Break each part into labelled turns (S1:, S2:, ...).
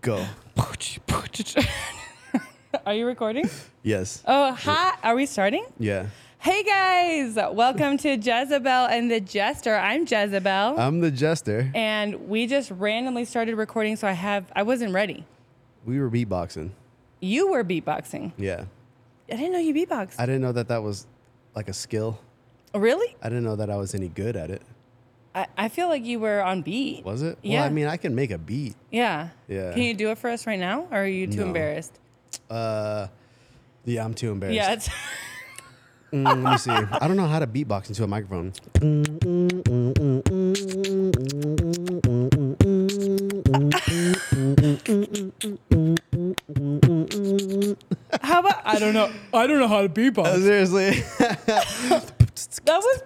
S1: Go.
S2: Are you recording?
S1: Yes.
S2: Oh, hi. Are we starting?
S1: Yeah.
S2: Hey guys, welcome to Jezebel and the Jester. I'm Jezebel,
S1: I'm the jester.
S2: and we just randomly started recording, so I have I wasn't ready.
S1: We were beatboxing.
S2: You were beatboxing.
S1: Yeah.
S2: I didn't know you beatboxed.
S1: I didn't know that that was like a skill.
S2: really?
S1: I didn't know that I was any good at it.
S2: I, I feel like you were on beat.
S1: Was it?
S2: Yeah.
S1: Well, I mean, I can make a beat.
S2: yeah.
S1: Yeah.
S2: Can you do it for us right now, or are you too
S1: No.
S2: embarrassed?
S1: Uh, yeah, I'm too embarrassed.
S2: Yeah. It's,
S1: Mm, let me see. I don't know how to beatbox into a microphone.
S2: how about I don't know. I don't know how to beatbox.
S1: Seriously.
S2: That was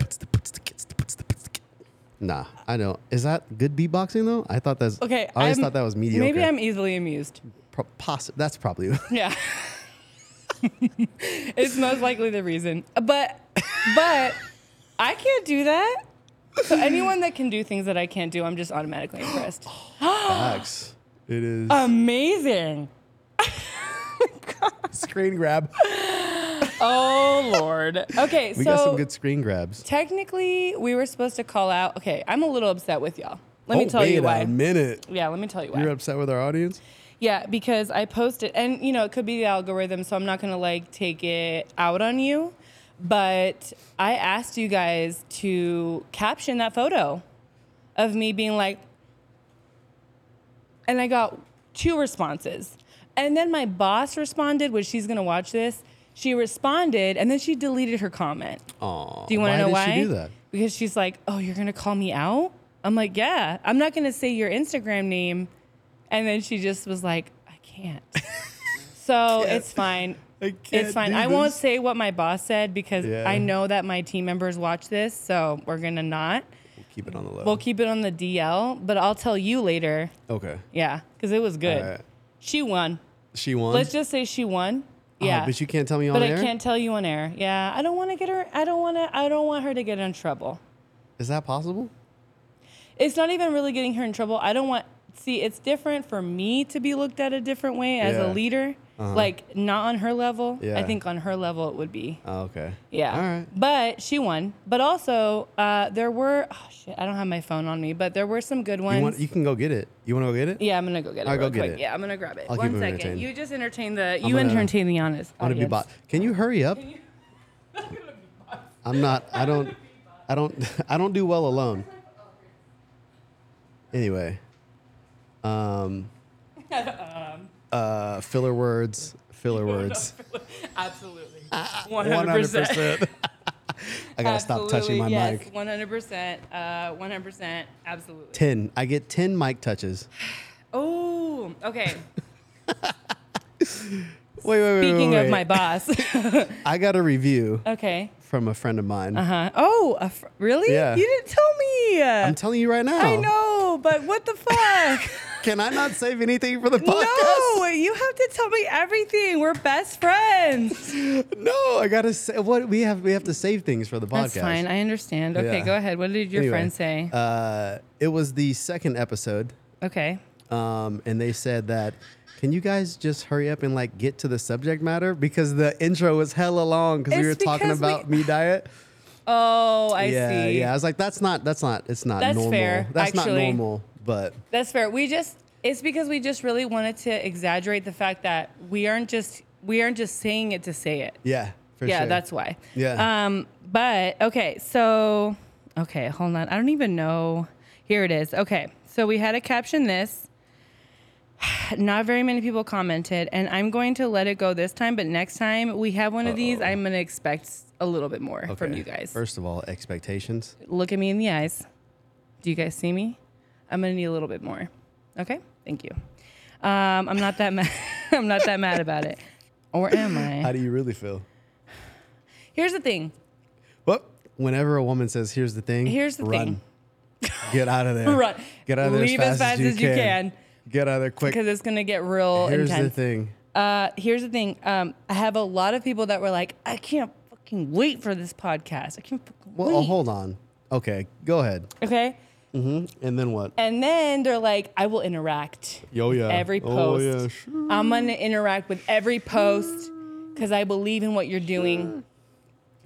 S1: nah, I don't. Is that good beatboxing though? I thought that's
S2: okay.
S1: I always
S2: I'm-
S1: thought that was mediocre.
S2: Maybe I'm easily amused.
S1: Pro- possi- that's probably.
S2: Yeah. it's most likely the reason. But but I can't do that. So anyone that can do things that I can't do, I'm just automatically impressed.
S1: Facts. It is
S2: Uh, Amazing.
S1: screen grab.
S2: Oh lord. Okay,
S1: We
S2: so
S1: got some good screen grabs.
S2: technically we were supposed to call out. Okay, I'm a little upset with y'all. Let me
S1: Oh,
S2: tell
S1: wait
S2: you why.
S1: a minute.
S2: yeah, let me tell you why.
S1: You're upset with our audience?
S2: Yeah, because I posted, and you know, it could be the algorithm, so I'm not gonna like take it out on you. But I asked you guys to caption that photo of me being like, and I got two responses. And then my boss responded, which she's gonna watch this. She responded, and then she deleted her comment.
S1: Aw.
S2: Do you want to know
S1: did
S2: why?
S1: she do that?
S2: Because she's like, "Oh, you're gonna call me out?" I'm like, "Yeah, I'm not gonna say your Instagram name," and then she just was like, "I can't." so it's fine.
S1: I
S2: It's fine. I won't say what my boss said because
S1: Yeah.
S2: I know that my team members watch this, so we're gonna not.
S1: Keep it on the low.
S2: We'll keep it on the DL, but I'll tell you later.
S1: okay.
S2: Yeah, because it was good.
S1: All right.
S2: She won.
S1: She won.
S2: Let's just say she won.
S1: Oh,
S2: Yeah.
S1: but you can't tell me on
S2: But I
S1: air?
S2: can't tell you on air. Yeah, I don't want to get her. I don't want to. I don't want her to get in trouble.
S1: Is that possible?
S2: It's not even really getting her in trouble. I don't want. See, it's different for me to be looked at a different way as
S1: Yeah. Uh-huh.
S2: a leader. Like not on her level. I
S1: Yeah.
S2: think on her level it would be.
S1: Oh, okay.
S2: Yeah.
S1: All right.
S2: But she won. But also, uh, there were. Oh shit! I don't have my phone on me, but there were some good ones.
S1: You, want, you can go get it. You want to go get it?
S2: yeah, I'm gonna go get it.
S1: I'll go
S2: real
S1: get
S2: quick.
S1: it.
S2: Yeah, I'm gonna grab it.
S1: I'll keep
S2: One
S1: him
S2: second.
S1: entertained.
S2: You just entertain the. You
S1: gonna-
S2: entertain the honest.
S1: I want to be bot. Can you hurry up? I'm not. I don't. I don't. I don't do well alone. Anyway. Um.
S2: Um.
S1: Uh, filler words. Filler words.
S2: Absolutely.
S1: One hundred percent. I gotta stop touching my
S2: yes,
S1: mic.
S2: 100%. Uh, 100%. Absolutely.
S1: Ten. I get ten mic touches.
S2: Oh, okay.
S1: Wait, wait, wait. wait,
S2: Speaking of
S1: wait.
S2: my boss.
S1: I got a review
S2: okay.
S1: from a friend of mine.
S2: Uh huh. Oh, a fr- really?
S1: Yeah.
S2: You didn't tell me.
S1: I'm oh. telling you right now.
S2: I know, but what the fuck?
S1: Can I not save anything for the podcast?
S2: no, you have to tell me everything. We're best friends.
S1: No, I gotta say what we have. We have to save things for the podcast.
S2: That's fine. I understand. Okay,
S1: Yeah.
S2: go ahead. What did your
S1: Anyway,
S2: friend say?
S1: Uh, it was the second episode,
S2: okay.
S1: um, and they said that. Can you guys just hurry up and like get to the subject matter because the intro was hella long because we were
S2: It's
S1: talking
S2: because
S1: about
S2: we-
S1: me diet.
S2: Oh, I
S1: yeah,
S2: see.
S1: yeah. I was like, that's not, that's not, it's not
S2: That's
S1: normal.
S2: fair,
S1: that's not
S2: actually.
S1: normal. But
S2: That's fair. We just it's because we just really wanted to exaggerate the fact that we aren't just we aren't just saying it to say it.
S1: yeah, for
S2: yeah,
S1: sure.
S2: that's why.
S1: Yeah.
S2: Um, but okay, so okay, hold on. I don't even know. Here it is. Okay. So we had a caption this. Not very many people commented, and I'm going to let it go this time, but next time we have one of these, I'm gonna expect a little bit more from
S1: Okay.
S2: you guys.
S1: First of all, expectations.
S2: Look at me in the eyes. Do you guys see me? I'm gonna need a little bit more. Okay, thank you. Um, I'm not that mad. I'm not that mad about it. Or am
S1: How
S2: I?
S1: do you really feel?
S2: Here's the thing.
S1: Well, whenever a woman says, "Here's the thing,"
S2: Here's the
S1: run. Get out of there.
S2: Run.
S1: Get out of there
S2: Leave
S1: as fast as you can.
S2: can.
S1: Get out of there quick.
S2: Because it's gonna get real
S1: Here's the
S2: intense.
S1: thing.
S2: uh, here's the thing. Um, I have a lot of people that were like, I can't fucking wait for this podcast. I can't fucking
S1: Well, oh,
S2: wait.
S1: hold on. Okay, go ahead.
S2: okay.
S1: And then what?
S2: And then they're like, I will interact.
S1: Yo, yeah.
S2: Every
S1: Oh,
S2: post.
S1: yeah. Sure.
S2: I'm gonna interact with every post because I believe in what you're doing.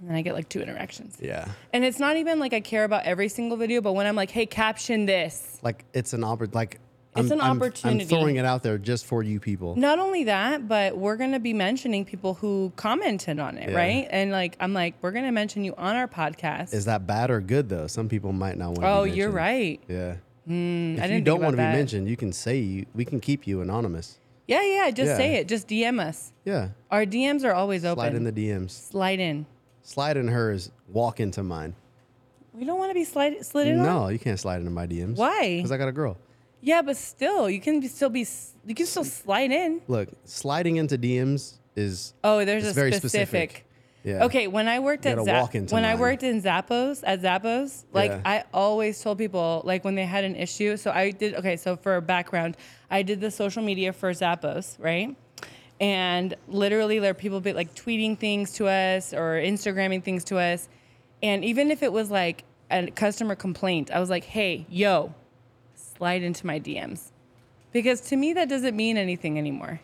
S2: And I get like two interactions.
S1: Yeah.
S2: And it's not even like I care about every single video, but when I'm like, hey, caption this.
S1: Like it's an oppor- like
S2: It's an
S1: I'm,
S2: opportunity.
S1: throwing it out there just for you people.
S2: Not only that, but we're gonna be mentioning people who commented on it,
S1: Yeah.
S2: right? And like, I'm like, we're gonna mention you on our podcast.
S1: Is that bad or good though? Some people might not want to
S2: oh, you're right.
S1: Yeah.
S2: I
S1: If
S2: didn't
S1: you
S2: think
S1: don't
S2: about
S1: want to be
S2: that.
S1: mentioned, you can say you, we can keep you anonymous.
S2: Yeah, yeah. Just
S1: Yeah.
S2: say it. Just DM us.
S1: Yeah.
S2: Our DMs are always open.
S1: Slide in the DMs.
S2: Slide in.
S1: Slide in hers. Walk into mine.
S2: We don't want to be slid slid in. on?
S1: No, you can't slide into my DMs.
S2: Why?
S1: Because I got a girl.
S2: Yeah, but still, you can be, still be. s- You can still slide in.
S1: Look, sliding into DMs is
S2: Oh, there's
S1: it's
S2: a
S1: very
S2: specific.
S1: Yeah.
S2: Okay, when I worked at
S1: gotta
S2: Zap-
S1: walk into
S2: when I
S1: mine.
S2: worked in Zappos at Zappos, like
S1: Yeah.
S2: I always told people like when they had an issue. So I did okay. So for background, I did the social media for Zappos, right? And literally, there are people be like tweeting things to us or Instagramming things to us, and even if it was like a customer complaint, I was like, "Hey, yo, slide into my DMs," because to me that doesn't mean anything anymore.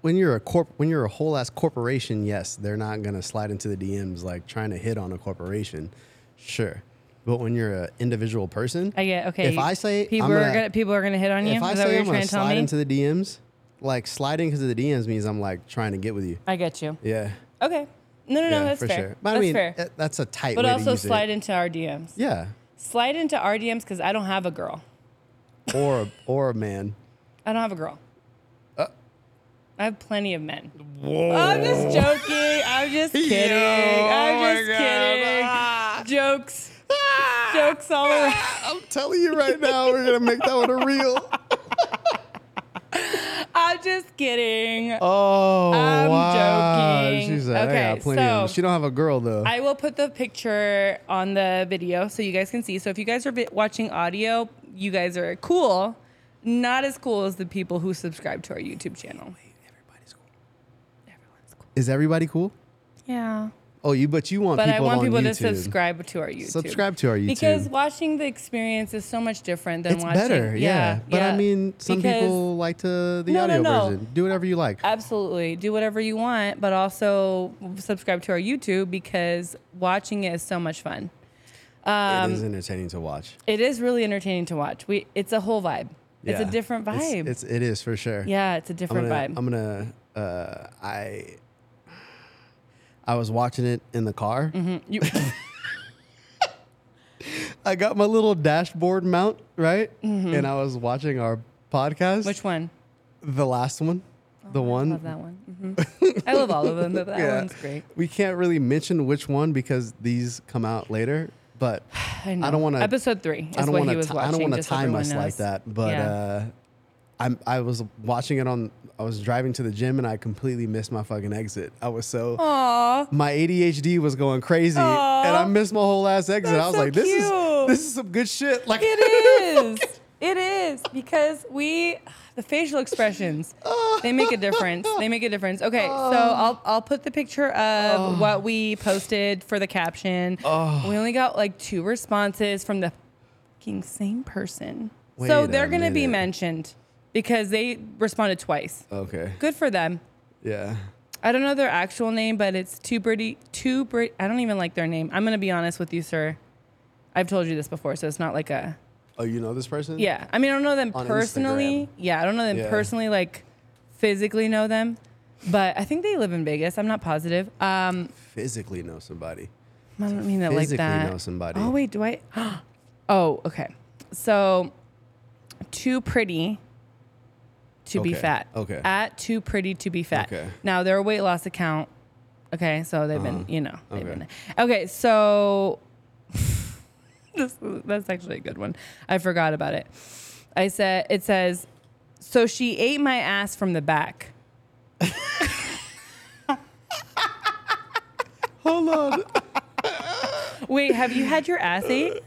S1: When you're a corp, when you're a whole ass corporation, yes, they're not gonna slide into the DMs like trying to hit on a corporation. Sure, but when you're an individual person,
S2: I get okay.
S1: If I say
S2: people
S1: I'm
S2: are
S1: gonna-
S2: gonna people are gonna hit on you,
S1: if I
S2: is that what
S1: say
S2: you're
S1: I'm
S2: trying
S1: gonna
S2: to tell me?
S1: slide into the DMs, like sliding because of the DMs means I'm like trying to get with you.
S2: I get you.
S1: Yeah.
S2: Okay. No, no,
S1: yeah,
S2: no. That's
S1: for
S2: fair.
S1: sure. But
S2: that's
S1: I mean,
S2: fair.
S1: that- that's a tight.
S2: but
S1: way to
S2: also
S1: use it.
S2: slide into our DMs.
S1: Yeah,
S2: Slide into our DMs because I don't have a girl.
S1: or a, or a man.
S2: I don't have a girl.
S1: Uh.
S2: I have plenty of men. I'm just joking. I'm just kidding.
S1: Oh
S2: I'm just kidding. Jokes. Jokes all around.
S1: I'm telling you right now, we're gonna make that one a real.
S2: I'm just kidding.
S1: Oh,
S2: I'm
S1: wow.
S2: joking.
S1: She said, I
S2: Okay,
S1: got plenty of
S2: so-
S1: She don't have a girl though.
S2: I will put the picture on the video so you guys can see. So if you guys are vi- watching audio, you guys are cool. Not as cool as the people who subscribe to our YouTube channel.
S1: Everybody's cool.
S2: Everyone's cool.
S1: Is everybody cool?
S2: Yeah.
S1: Oh, you but you want
S2: But I
S1: people
S2: want
S1: on
S2: people
S1: YouTube.
S2: to subscribe to our YouTube.
S1: Subscribe to our YouTube.
S2: Because watching the experience is so much different than
S1: it's
S2: watching.
S1: better, yeah. But I
S2: yeah.
S1: mean, some
S2: Because-
S1: people like to the
S2: No, no,
S1: audio
S2: no.
S1: version. Do whatever you like.
S2: Absolutely. Do whatever you want, but also subscribe to our YouTube because watching it is so much fun. Um,
S1: it is entertaining to watch.
S2: It is really entertaining to watch. We it's a whole vibe. It's
S1: Yeah.
S2: a different
S1: It's-
S2: vibe.
S1: It's, it is for sure.
S2: yeah, it's a different
S1: I'm
S2: vibe.
S1: gonna, I'm gonna uh, I I was watching it in the car.
S2: Mm-hmm. You-
S1: I got my little dashboard mount, right? And I was watching our podcast.
S2: Mm-hmm. which one? Oh,
S1: The last one. the one.
S2: I love that one. Mhm. I love all of them, but that
S1: Yeah.
S2: one's great.
S1: We can't really mention which one because these come out later, but
S2: I, know.
S1: don't wanna-
S2: Episode three is
S1: I don't
S2: what
S1: want
S2: he was
S1: to.
S2: watching.
S1: I don't want to
S2: just so
S1: time
S2: everyone
S1: us like
S2: knows.
S1: that. But
S2: Yeah.
S1: uh, I'm. I was watching it on. I was driving to the gym and I completely missed my fucking exit. I was so.
S2: Aw.
S1: My ADHD was going crazy,
S2: Aw.
S1: and I missed my whole ass exit.
S2: That's
S1: I was
S2: so
S1: like, "This
S2: cute.
S1: is this is some good shit." Like,
S2: It is. It is because we the facial expressions they make a difference. They make a difference. Okay, so
S1: Oh.
S2: I'll I'll put the picture of what we posted for the caption.
S1: Oh.
S2: We only got like two responses from the fucking same person. so
S1: Wait a
S2: they're gonna be
S1: minute.
S2: mentioned because they responded twice.
S1: okay,
S2: Good for them.
S1: yeah,
S2: I don't know their actual name, but it's too pretty. Too pretty. I don't even like their name. I'm gonna be honest with you, sir. I've told you this before, so it's not like a
S1: Oh, you know this person?
S2: yeah, I mean, I don't know them
S1: On
S2: personally.
S1: Instagram.
S2: Yeah, I don't know them
S1: Yeah.
S2: personally, like physically know them, but I think they live in Vegas. I'm not positive. Um,
S1: Physically know somebody.
S2: I don't mean that like
S1: Physically
S2: that.
S1: know somebody.
S2: Oh wait, do I? oh, okay. So, too pretty to be
S1: Okay,
S2: fat.
S1: okay.
S2: At too pretty to be fat.
S1: Okay. Uh-huh.
S2: Now their weight loss account. Okay, so they've been, you know, they've
S1: okay.
S2: been. Okay, so this, that's actually a good one. I forgot about it. I said it says, so she ate my ass from the back.
S1: Hold on.
S2: Wait, have you had your ass ate?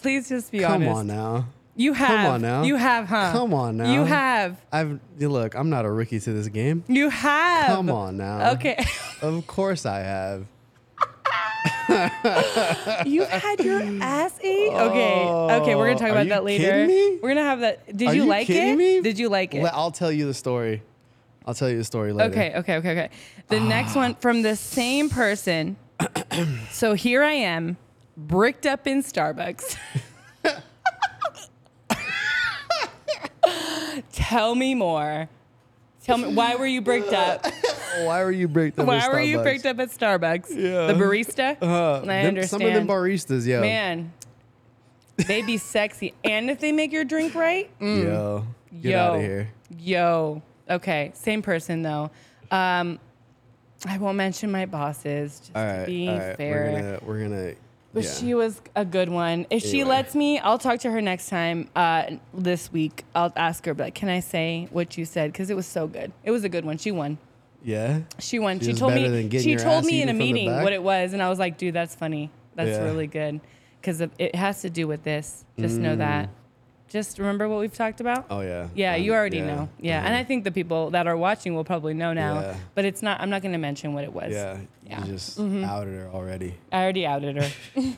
S2: Please just be
S1: Come
S2: honest.
S1: on now.
S2: You have.
S1: Come on now.
S2: You have, huh?
S1: Come on now.
S2: You have.
S1: I've you look. I'm not a rookie to this game.
S2: You have.
S1: Come on now.
S2: Okay.
S1: Of course I have.
S2: you had your ass ate. Okay, okay, we're gonna talk
S1: Oh, are
S2: about
S1: you
S2: that later.
S1: kidding me?
S2: We're gonna have that. Did
S1: Are
S2: you,
S1: you
S2: like
S1: kidding
S2: it?
S1: me?
S2: Did you like it?
S1: Le- I'll tell you the story. I'll tell you the story later.
S2: Okay, okay, okay, okay. The next one from the same person. so here I am, bricked up in Starbucks. Tell me more. Tell me why were you bricked up?
S1: Why were you bricked up?
S2: Why
S1: at
S2: were you
S1: Starbucks?
S2: bricked up at Starbucks?
S1: Yeah.
S2: The barista?
S1: Uh,
S2: I
S1: them- Some of them
S2: understand.
S1: baristas, yo.
S2: Man, they be sexy. And if they make your drink right,
S1: Yo. Get out of here.
S2: Yo. Okay. Same person though. Um, I won't mention my bosses just
S1: All
S2: to
S1: right.
S2: be
S1: all right.
S2: fair.
S1: We're gonna we're gonna
S2: but
S1: yeah.
S2: she was a good one. If she
S1: Anyway.
S2: lets me, I'll talk to her next time. Uh, this week, I'll ask her. But like, can I say what you said? Because it was so good. It was a good one. She won.
S1: Yeah.
S2: She won.
S1: She
S2: She,
S1: was
S2: told
S1: better than
S2: me.
S1: getting
S2: She
S1: your
S2: told
S1: ass
S2: me in a
S1: eaten from the
S2: meeting
S1: back?
S2: what it was, and I was like, dude, that's funny. That's
S1: Yeah.
S2: really good. Because it has to do with this. Just know
S1: Mm.
S2: that. Just remember what we've talked about.
S1: Oh yeah.
S2: Yeah,
S1: Um,
S2: you already
S1: yeah,
S2: know. Yeah,
S1: um,
S2: and I think the people that are watching will probably know now.
S1: Yeah.
S2: But it's not. I'm not going to mention what it was.
S1: yeah,
S2: Yeah. Mm-hmm.
S1: you just outed her already.
S2: I already outed her.
S1: All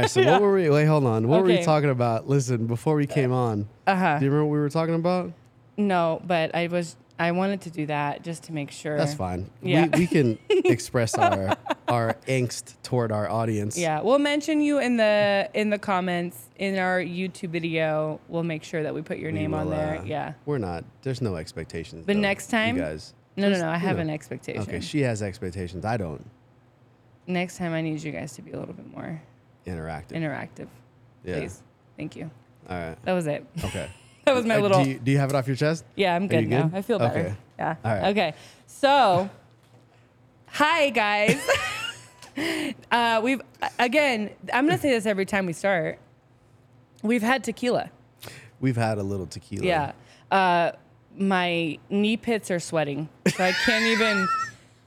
S1: right, so what were we? Wait, hold on. What were we
S2: Okay.
S1: talking about? Listen, before we came on,
S2: Uh huh.
S1: do you remember what we were talking about?
S2: No, but I was. I wanted to do that just to make sure.
S1: That's fine.
S2: Yeah.
S1: We, we can express our our angst toward our audience.
S2: Yeah, we'll mention you in the in the comments in our YouTube video. We'll make sure that we put your
S1: We
S2: name on
S1: will,
S2: there.
S1: uh,
S2: yeah.
S1: We're not. There's no expectations.
S2: But
S1: though,
S2: next time-
S1: you guys.
S2: No, no, no. I have
S1: know.
S2: an expectation.
S1: Okay, she has expectations. I don't
S2: Next time, I need you guys to be a little bit more
S1: interact.
S2: interactive.
S1: yeah.
S2: Please. Thank you.
S1: All right.
S2: That was it.
S1: Okay.
S2: That was my
S1: Uh,
S2: little.
S1: Do you, do you have it off your chest?
S2: Yeah, I'm
S1: you
S2: good now.
S1: good?
S2: I feel better.
S1: Okay.
S2: Yeah.
S1: All right.
S2: Okay. So, hi guys. uh, we've again. I'm gonna say this every time we start. We've had tequila.
S1: We've had a little tequila.
S2: Yeah. Uh, my knee pits are sweating, so I can't even.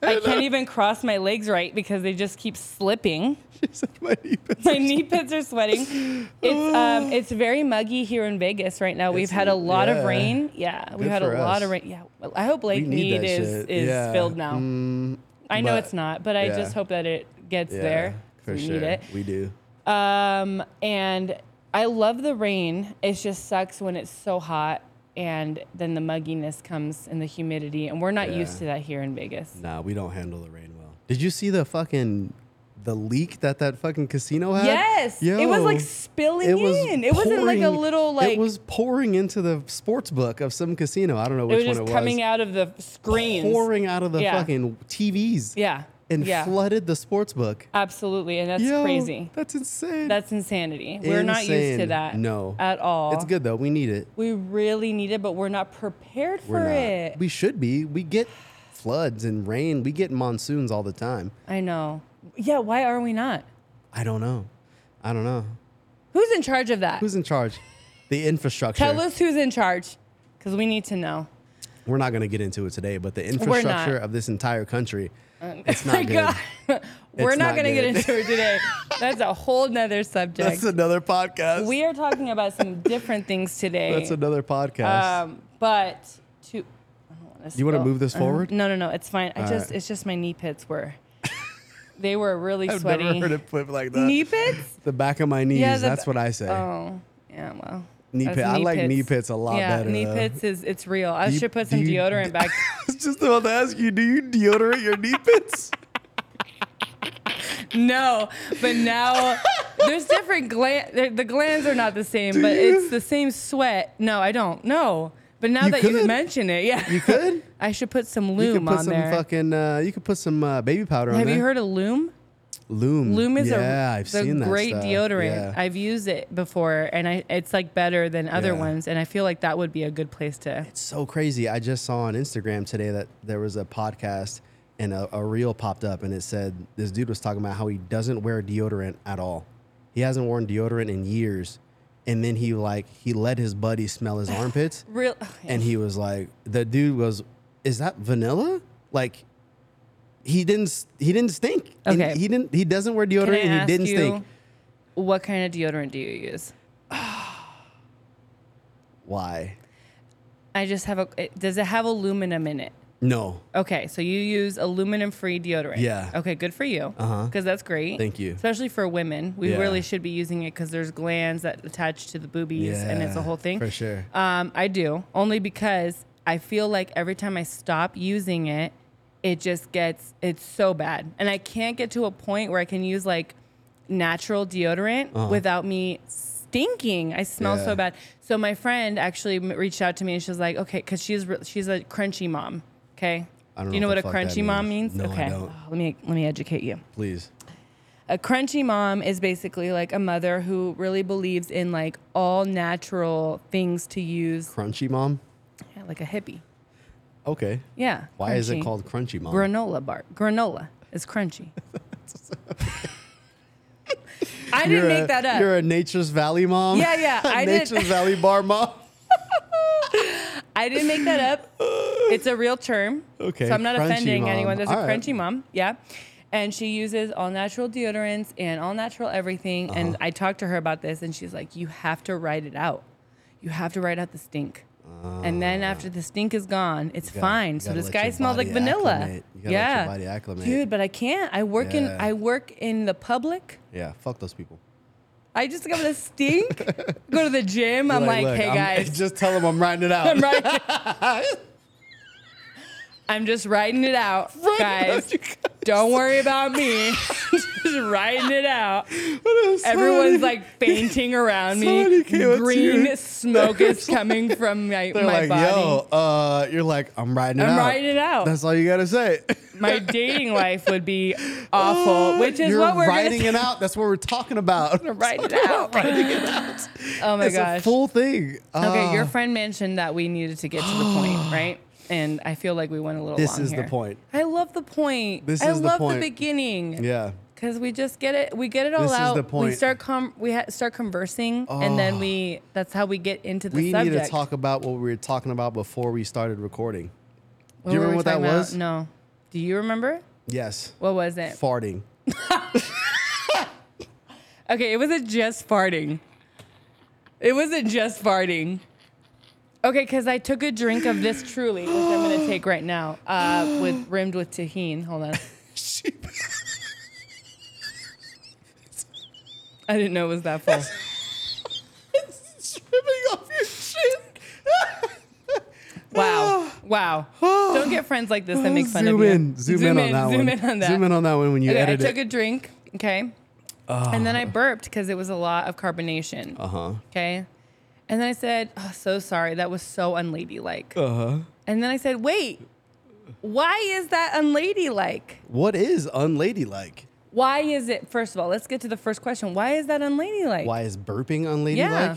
S2: I can't even cross my legs right because they just keep slipping.
S1: She said my knee pits.
S2: My knee pits are sweating. It's um, it's very muggy here in Vegas right now. We've
S1: It's-
S2: had a lot
S1: yeah.
S2: of rain. Yeah, we've
S1: Good
S2: had a
S1: for
S2: lot of
S1: us.
S2: rain. Yeah, well, I hope Lake
S1: need
S2: Mead
S1: that
S2: is
S1: shit.
S2: is
S1: Yeah. Mm.
S2: filled now. I know
S1: but-
S2: it's not, but I
S1: yeah.
S2: just hope that it gets
S1: Yeah,
S2: there.
S1: For
S2: we
S1: sure.
S2: need it.
S1: We do.
S2: Um, and I love the rain. It just sucks when it's so hot, and then the mugginess comes and the humidity, and we're not
S1: Yeah.
S2: used to that here in Vegas.
S1: Nah, we don't handle the rain well. Did you see the fucking the leak that that fucking casino had?
S2: Yes, it was like
S1: Yo,
S2: spilling in. It wasn't like a
S1: pouring-
S2: little like
S1: it was pouring into the sports book of some casino. I don't know
S2: It
S1: which
S2: was just
S1: one it
S2: coming
S1: was.
S2: out of the screens.
S1: pouring out of the
S2: Yeah.
S1: fucking TVs
S2: Yeah.
S1: and
S2: yeah.
S1: flooded the sports book.
S2: Absolutely. And that's
S1: Yo,
S2: crazy.
S1: That's insane.
S2: That's insanity. We're not used to
S1: Insane.
S2: that.
S1: No.
S2: At all.
S1: it's good though. We need it.
S2: We really need it, but we're not prepared for
S1: We're not.
S2: it.
S1: We should be. We get floods and rain. We get monsoons all the time.
S2: I know. Yeah, why are we not?
S1: I don't know. I don't know.
S2: Who's in charge of that?
S1: Who's in charge? The infrastructure.
S2: Tell us who's in charge because we need to know.
S1: We're not going to get into it today, but the
S2: not. Uh,
S1: infrastructure of this entire country, it's not
S2: My
S1: good.
S2: God. we're
S1: It's
S2: not
S1: not
S2: going to get
S1: good.
S2: into it today. That's a whole nother subject.
S1: That's another podcast.
S2: we are talking about some different things today.
S1: That's another podcast.
S2: Um, but to, I don't wanna
S1: You wanna
S2: spill-
S1: move this
S2: uh,
S1: forward?
S2: no, no, no. It's fine. I
S1: All
S2: just,
S1: right.
S2: it's just my knee pits were, they were really
S1: I've
S2: sweaty.
S1: never heard it put like that.
S2: knee pits?
S1: the back of my knees.
S2: Yeah, the-
S1: that's what I say.
S2: Oh, yeah. Well,
S1: Knee
S2: that's
S1: pit- I like knee pits a lot
S2: yeah,
S1: better,
S2: Knee
S1: though.
S2: pits is it's real. I
S1: Do you-
S2: should put
S1: do
S2: some
S1: you-
S2: deodorant back.
S1: I was just about to ask you, do you deodorant your knee pits?
S2: no, but now there's different gland. The glands are not the same, but
S1: you?
S2: it's the same sweat. No, I don't. No, but now
S1: You
S2: that you
S1: could.
S2: mention it, yeah,
S1: You could.
S2: I should put some
S1: You
S2: loom
S1: could put
S2: on
S1: some
S2: there.
S1: fucking. Uh, you could put some uh, baby powder on
S2: Have
S1: there.
S2: you heard of loom?
S1: Loom?
S2: Loom is
S1: yeah,
S2: a
S1: I've
S2: the
S1: seen that
S2: great
S1: stuff.
S2: deodorant.
S1: Yeah.
S2: I've used it before, and I it's like better than other
S1: Yeah.
S2: ones, and I feel like that would be a good place to.
S1: so crazy. I just saw on Instagram today that there was a podcast and a, a reel popped up and it said this dude was talking about how he doesn't wear deodorant at all. He hasn't worn deodorant in years. And then he like he let his buddy smell his armpits
S2: Real,
S1: and he was like the dude was is that vanilla? Like he didn't s- he didn't stink. And
S2: Okay.
S1: he didn't he doesn't wear
S2: Can I
S1: deodorant and he
S2: ask
S1: didn't
S2: you,
S1: stink.
S2: What kind of deodorant do you use?
S1: Why?
S2: I just have a. It, does it have aluminum in it?
S1: No.
S2: Okay, so you use aluminum free deodorant.
S1: Yeah. Uh-huh.
S2: Okay, good for you. Uh huh. Because that's great.
S1: Thank you.
S2: Especially for women, we
S1: Yeah.
S2: really should be using it because there's glands that attach to the boobies, and it's a whole thing.
S1: For sure.
S2: Um, I do only because I feel like every time I stop using it, it just gets it's so bad, and I can't get to a point where I can use like natural deodorant without me stinking. I smell
S1: Uh-huh. Yeah.
S2: so bad. So my friend actually m- reached out to me, and she was like, "Okay," because she's re- she's a crunchy mom. Okay,
S1: I don't
S2: do you
S1: know
S2: know what
S1: what
S2: a
S1: the fuck that
S2: crunchy mom
S1: means. No,
S2: means?
S1: I
S2: okay,
S1: don't.
S2: Oh, let me let me educate you
S1: Please.
S2: a crunchy mom is basically like a mother who really believes in like all natural things to use,
S1: Crunchy mom.
S2: Yeah, like a hippie.
S1: Okay.
S2: Yeah.
S1: Why is it
S2: crunchy.
S1: called crunchy mom?
S2: granola bar? Granola is crunchy. I
S1: You're
S2: didn't
S1: a-
S2: make that up.
S1: You're a Nature's Valley mom.
S2: Yeah, yeah, I did.
S1: Nature's Valley bar mom.
S2: I didn't make that up. It's a real term.
S1: Okay,
S2: So I'm not
S1: crunchy
S2: offending
S1: mom.
S2: anyone. There's a
S1: All right.
S2: crunchy mom. Yeah. And she uses all natural deodorants and all natural everything. And
S1: Uh-huh.
S2: I talked to her about this, and she's like, You have to write it out. You have to write out the stink. and then after the stink is gone, it's
S1: gotta- Ah. you
S2: fine. So
S1: gotta
S2: this
S1: let
S2: guy
S1: your
S2: smells like
S1: body
S2: vanilla.
S1: acclimate. You gotta let your
S2: yeah.
S1: body acclimate.
S2: Dude, but I can't. I work in
S1: Yeah.
S2: I work in the public.
S1: Yeah, fuck those people.
S2: I just got the stink. Go to the gym. I'm like,
S1: look,
S2: hey
S1: I'm-
S2: guys.
S1: just tell them I'm writing it out.
S2: I'm right. I'm just writing it out, guys. Don't worry about me. just writing it out. Everyone's like fainting around me.
S1: somebody came up to you.
S2: Green smoke is coming from my,
S1: They're
S2: my
S1: like,
S2: body.
S1: yo, uh, you're like, I'm writing it
S2: I'm
S1: out.
S2: writing it out.
S1: That's all you gotta say.
S2: My dating life would be awful, which
S1: Oh,
S2: is
S1: you're
S2: what we're
S1: writing
S2: gonna
S1: it out. That's what we're talking about.
S2: write it out.
S1: writing it out.
S2: Oh my
S1: it's
S2: gosh.
S1: a full thing.
S2: okay,
S1: Ah.
S2: your friend mentioned that we needed to get to the point, right? And I feel like we went a little.
S1: This
S2: long
S1: is the
S2: here.
S1: point.
S2: I love the point.
S1: This
S2: I
S1: is the
S2: love
S1: point.
S2: beginning.
S1: Yeah.
S2: Because we just get it, we get it all
S1: This is
S2: out.
S1: the
S2: We
S1: point. Oh.
S2: start com- we ha- start conversing, and then we that's how we get into the
S1: We
S2: subject.
S1: need to talk about what we were talking about before we started recording.
S2: What
S1: Do you
S2: were we
S1: remember what that
S2: talking about?
S1: was?
S2: No. Do you remember?
S1: Yes.
S2: What was it?
S1: Farting.
S2: Okay, it wasn't just farting. It wasn't just farting. Okay, because I took a drink of this truly, which I'm gonna take right now, uh, with rimmed with tahine. Hold on. I didn't know it was that full.
S1: it's ripping off your chin.
S2: Wow. Wow. Don't get friends like this that make fun
S1: Ah, zoom
S2: of you.
S1: in, zoom, in on that
S2: zoom
S1: one.
S2: in on that.
S1: Zoom in on that one when you
S2: okay, I
S1: edit
S2: took
S1: it. Ah.
S2: a drink, okay? And then I burped because it was a lot of carbonation.
S1: Uh huh.
S2: Okay. And then I said, oh, so sorry. That was so unladylike.
S1: Uh huh.
S2: And then I said, wait, why is that unladylike?
S1: What is unladylike?
S2: Why is it, first of all, let's get to the first question. Why is that unladylike?
S1: Why is burping unladylike?
S2: Yeah.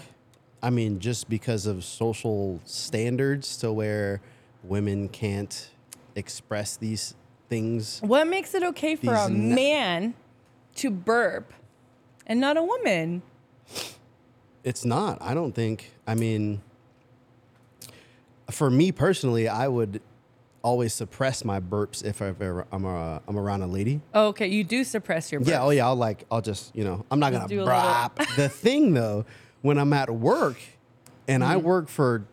S1: I mean, just because of social standards to where women can't express these things.
S2: What makes it okay for
S1: These
S2: a
S1: na-
S2: man to burp and not a woman?
S1: It's not. I don't think. I mean, for me personally, I would always suppress my burps if I've ever, I'm, uh, I'm around a lady.
S2: Oh, okay, you do suppress your burp.
S1: Yeah, oh yeah, I'll like I'll just, you know, I'm not gonna
S2: Just do a
S1: brap. the thing though, when I'm at work and I
S2: Mm-hmm.
S1: work for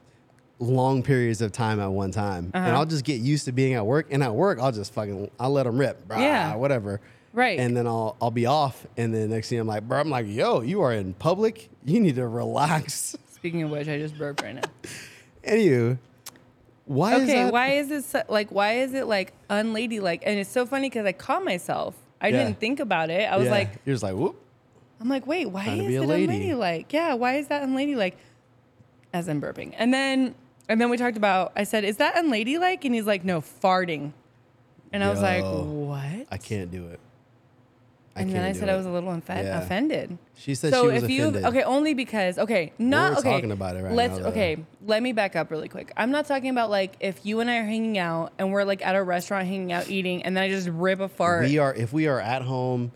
S1: long periods of time at one time,
S2: Uh-huh.
S1: and I'll just get used to being at work and at work I'll just fucking I'll let them rip, brah,
S2: Yeah.
S1: whatever.
S2: Right.
S1: And then I'll I'll be off and then next thing I'm like, bro, I'm like, yo, you are in public. You need to relax.
S2: Speaking of which, I just burped right now.
S1: Anywho, why is
S2: Okay,
S1: that?
S2: why is it so, like why is it like unladylike? And it's so funny because I caught myself. I
S1: Yeah.
S2: didn't think about it. I was
S1: Yeah,
S2: like,
S1: you're just like, whoop.
S2: I'm like, wait, why
S1: Trying
S2: is
S1: to be
S2: it
S1: a lady.
S2: unladylike? Yeah, why is that unladylike? As I'm burping, and then and then we talked about. I said, is that unladylike? And he's like, no, farting. And I was like,
S1: Yo.
S2: what?
S1: I can't do it. I
S2: and
S1: can't
S2: then I
S1: do
S2: said
S1: it.
S2: I was a little offe-
S1: Yeah.
S2: offended.
S1: She said she was offended.
S2: you okay, only because okay, not
S1: We're
S2: okay.
S1: talking about it right
S2: let's
S1: now, though.
S2: okay. Let me back up really quick. I'm not talking about like if you and I are hanging out and we're like at a restaurant hanging out eating, and then I just rip a fart
S1: We are if we are at home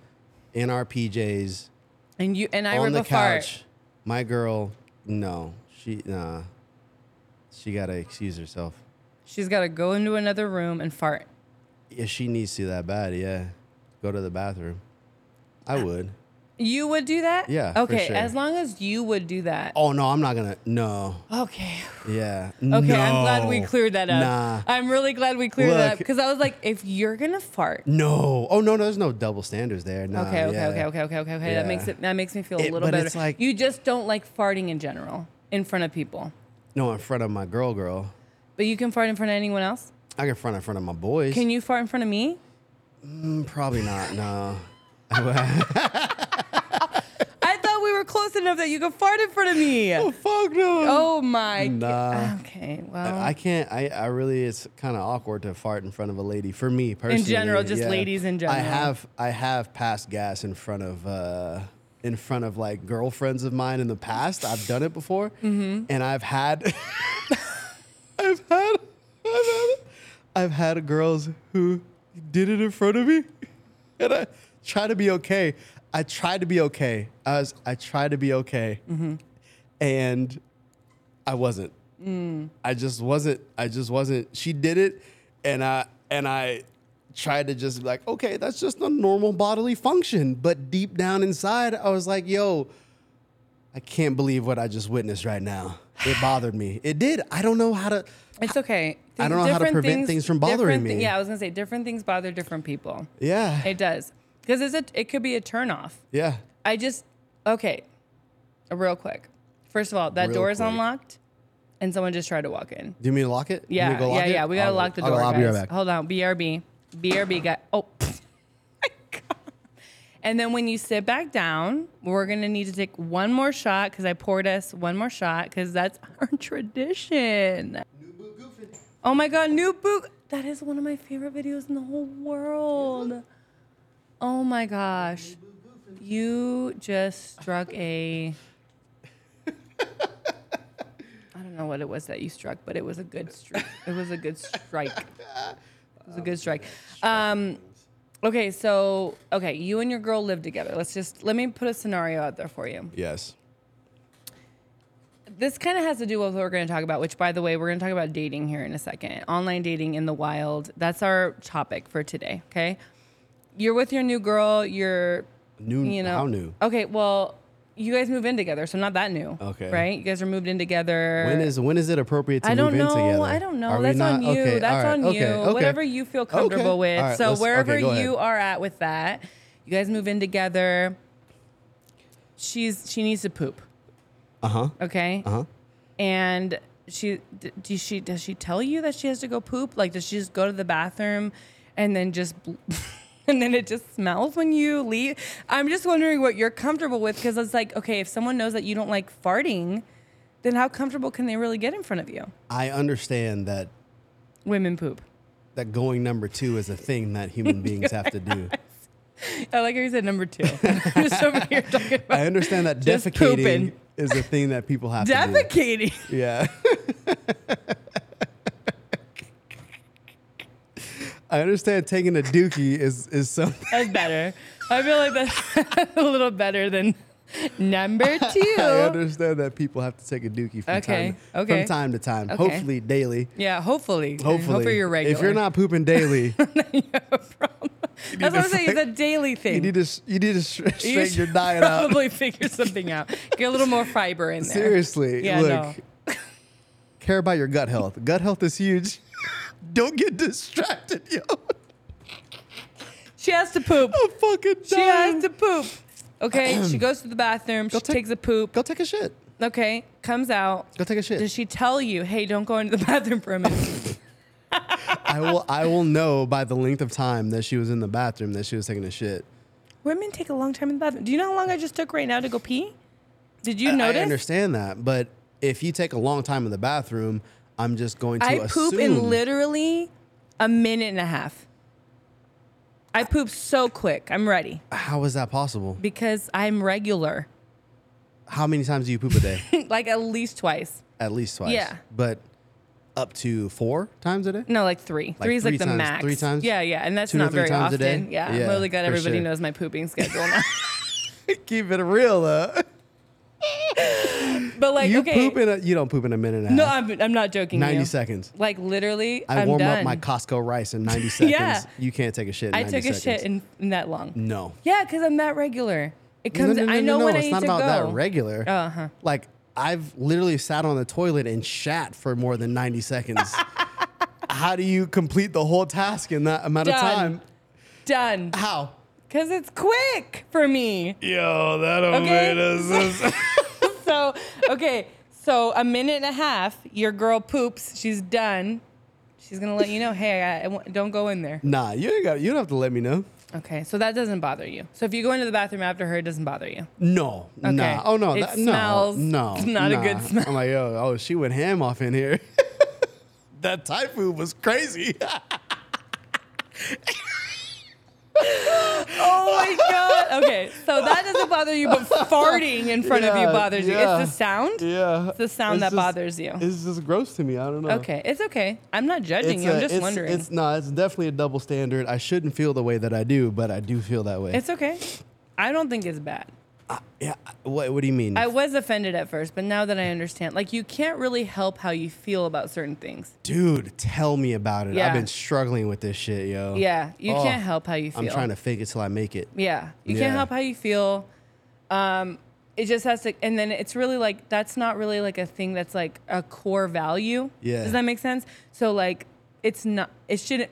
S1: in our PJs
S2: and you and I
S1: on
S2: rip
S1: the
S2: a fart.
S1: couch, my girl, no, she nah, she gotta excuse herself
S2: She's got to go into another room and fart. Ah.
S1: if she needs to that bad. Yeah, go to the bathroom. I would.
S2: You would do that?
S1: Yeah, for
S2: Okay,
S1: sure.
S2: as long as you would do that.
S1: Oh no, I'm not gonna. No.
S2: Okay.
S1: Yeah.
S2: Okay, I'm glad we
S1: No.
S2: cleared that up.
S1: Nah.
S2: I'm really glad we cleared that up
S1: Look.
S2: because I was like, if you're gonna fart.
S1: No. Oh no, no. There's no double standards there. Nah,
S2: Okay, okay,
S1: yeah.
S2: okay, okay, okay, okay, okay. That makes
S1: Yeah.
S2: it that makes me feel a
S1: It-
S2: little
S1: but
S2: better.
S1: it's like-
S2: you just don't like farting in general in front of people.
S1: No, in front of my girl, girl.
S2: But you can fart in front of anyone else?
S1: I can front in front of my boys.
S2: Can you fart in front of me?
S1: Probably not. No.
S2: I thought we were close enough that you could fart in front of me.
S1: oh fuck no.
S2: Oh my
S1: Nah.
S2: god. Okay, well
S1: I can't. I, I really. It's kind of awkward to fart in front of a lady. For me personally.
S2: general, just ladies in
S1: I
S2: general.
S1: have. I have passed gas in front of. uh in front of like girlfriends of mine in the past, I've done it before,
S2: Mm-hmm.
S1: and I've had, I've had, I've had, I've had girls who did it in front of me, and I tried to be okay. I tried to be okay. I was. I tried to be okay,
S2: Mm-hmm.
S1: and I wasn't. I just wasn't. I just wasn't. She did it, and I and I tried to just be like, okay, that's just a normal bodily function. But deep down inside, I was like, yo, I can't believe what I just witnessed right now. It bothered me. It did. I don't know how to.
S2: it's okay.
S1: I don't know how to
S2: Different
S1: prevent things from bothering
S2: different
S1: me.
S2: yeah, I was gonna say different things bother different people.
S1: Yeah.
S2: It does. Because it's a it could be a turnoff.
S1: yeah.
S2: I just okay. Real quick. First of all, that
S1: Real
S2: door is
S1: quick.
S2: unlocked and someone just tried to walk in.
S1: Do you mean to lock it? You want me
S2: Yeah,
S1: to go
S2: yeah,
S1: lock it?
S2: yeah. We gotta
S1: I'll-
S2: lock the
S1: I'll
S2: door.
S1: go- I'll
S2: guys.
S1: be right back.
S2: Hold on. BRB. BRB guy. Oh my God. And then when you sit back down, we're gonna need to take one more shot because I poured us one more shot because that's our tradition. Oh my god, new book. That is one of my favorite videos in the whole world. Oh my gosh. You just struck a I don't know what it was that you struck, but it was a good stri- it was a good strike. It was a good strike. Um okay, so okay, you and your girl live together. Let's just let me put a scenario out there for you.
S1: Yes.
S2: This kind of has to do with what we're going to talk about, which, by the way, we're going to talk about dating here in a second. Online dating in the wild. That's our topic for today. Okay. You're with your new girl. You're,
S1: New.
S2: you know,
S1: Mm, how new?
S2: Okay. Well, you guys move in together. So not that new.
S1: Okay.
S2: Right. You guys are moved in together.
S1: When is when is it appropriate to
S2: I don't
S1: move in
S2: know.
S1: together?
S2: I don't know.
S1: Are we
S2: That's on
S1: not-
S2: you.
S1: okay, all
S2: That's
S1: right,
S2: on you.
S1: okay, okay.
S2: Whatever you feel comfortable
S1: Okay,
S2: with.
S1: all right,
S2: so
S1: let's- okay,
S2: wherever
S1: go ahead.
S2: you are at with that, you guys move in together. She's she needs to poop.
S1: Uh huh.
S2: Okay.
S1: Uh huh.
S2: and she d- does she does she tell you that she has to go poop like does she just go to the bathroom and then just bl- and then it just smells when you leave i'm just wondering what you're comfortable with because it's like okay if someone knows that you don't like farting then how comfortable can they really get in front of you
S1: I understand that
S2: women poop
S1: that going number two is a thing that human beings have to do.
S2: i like how you said number two I'm just over here talking about
S1: I understand that
S2: Just
S1: defecating
S2: pooping.
S1: is a thing that people have to
S2: defecating
S1: do. Yeah. I understand taking a dookie is is something.
S2: that's better i feel like that's a little better than number two
S1: I understand that people have to take a dookie from
S2: Okay,
S1: time to,
S2: okay.
S1: from time to time.
S2: Okay.
S1: Hopefully daily.
S2: Yeah, hopefully.
S1: Hopefully,
S2: Hopefully you're regular.
S1: If you're not pooping daily,
S2: That's what
S1: to
S2: I'm saying. It's a daily thing.
S1: you need to s- you need to str-
S2: You
S1: straighten your
S2: should
S1: diet out.
S2: Probably figure something out. Get a little more fiber in there.
S1: Seriously,
S2: Yeah,
S1: look.
S2: no.
S1: Care about your gut health. Gut health is huge. Don't get distracted, yo.
S2: She has to poop.
S1: I'm fucking dying.
S2: She has to poop. Okay, she goes to the bathroom. She
S1: take-
S2: takes a poop.
S1: Go take a shit.
S2: Okay, comes out.
S1: Go take a shit.
S2: Does she tell you, hey, don't go into the bathroom for a minute?
S1: I will. I will know by the length of time that she was in the bathroom that she was taking a shit.
S2: Women take a long time in the bathroom. Do you know how long I just took right now to go pee? Did you
S1: I
S2: notice?
S1: understand that, but if you take a long time in the bathroom, I'm just going to
S2: I
S1: assume.
S2: poop in literally a minute and a half. I poop so quick. I'm ready
S1: How is that possible?
S2: because I'm regular,
S1: How many times do you poop a day?
S2: like at least twice.
S1: At least twice.
S2: Yeah.
S1: But up to four times a day.
S2: No, like three.
S1: Like
S2: three is
S1: three
S2: like the
S1: times-
S2: max.
S1: three times?
S2: Yeah, yeah, and that's
S1: Two to
S2: not
S1: three
S2: very
S1: times a
S2: often.
S1: day?
S2: Yeah,
S1: Yeah,
S2: I'm really glad
S1: for
S2: everybody
S1: sure.
S2: knows my pooping schedule now.
S1: Keep it real though.
S2: but like,
S1: you
S2: okay,
S1: poop in a. You don't poop in a minute and a
S2: no,
S1: half.
S2: I'm, I'm not joking.
S1: Ninety
S2: you.
S1: seconds.
S2: Like literally,
S1: I
S2: am
S1: warm
S2: done.
S1: up my Costco rice in 90 seconds. You can't take a shit in
S2: I
S1: 90
S2: took a
S1: seconds.
S2: shit in, in that long.
S1: No.
S2: Yeah, because I'm that regular. It comes. I know when I
S1: it's
S2: need
S1: not
S2: to
S1: about
S2: go.
S1: that regular.
S2: Uh-huh.
S1: Like I've literally sat on the toilet and shat for more than 90 seconds. How do you complete the whole task in that amount of
S2: Done.
S1: time?
S2: Done.
S1: How?
S2: Cause it's quick for me.
S1: Yo, that don't
S2: Okay.
S1: us.
S2: So okay. So a minute and a half, your girl poops. She's done. She's gonna let you know. Hey, I, I, want- don't go in there.
S1: nah, you ain't got you don't have to let me know.
S2: Okay. So that doesn't bother you. So if you go into the bathroom after her, it doesn't bother you.
S1: No, nah. Oh no,
S2: It
S1: that,
S2: smells
S1: no, no.
S2: not a
S1: nah.
S2: good smell.
S1: I'm like, yo, oh, she went ham off in here. that typhoon was crazy.
S2: Oh my god. Okay. So that doesn't bother you, but farting in front of you
S1: Yeah,
S2: bothers you.
S1: yeah.
S2: It's the sound.
S1: yeah.
S2: It's the sound that bothers you.
S1: It's just gross to me. I don't know.
S2: Okay. It's okay. I'm not
S1: It's
S2: judging you.
S1: a-
S2: I'm just
S1: it's-
S2: wondering.
S1: It's
S2: It's,
S1: no, it's definitely a double standard. I shouldn't feel the way that I do, but I do feel that way.
S2: okay. I don't think it's bad.
S1: yeah. What, what do you mean?
S2: I was offended at first, but now that I understand, like you can't really help how you feel about certain things.
S1: Dude, tell me about it.
S2: Yeah.
S1: I've been struggling with this shit, yo.
S2: Yeah, you
S1: Oh,
S2: can't help how you feel.
S1: I'm trying to fake it till I make it.
S2: Yeah, you
S1: Yeah.
S2: can't help how you feel. Um, it just has to, and then it's really like that's not really like a thing that's like a core value.
S1: Yeah.
S2: Does that make sense? So like, it's not. It shouldn't.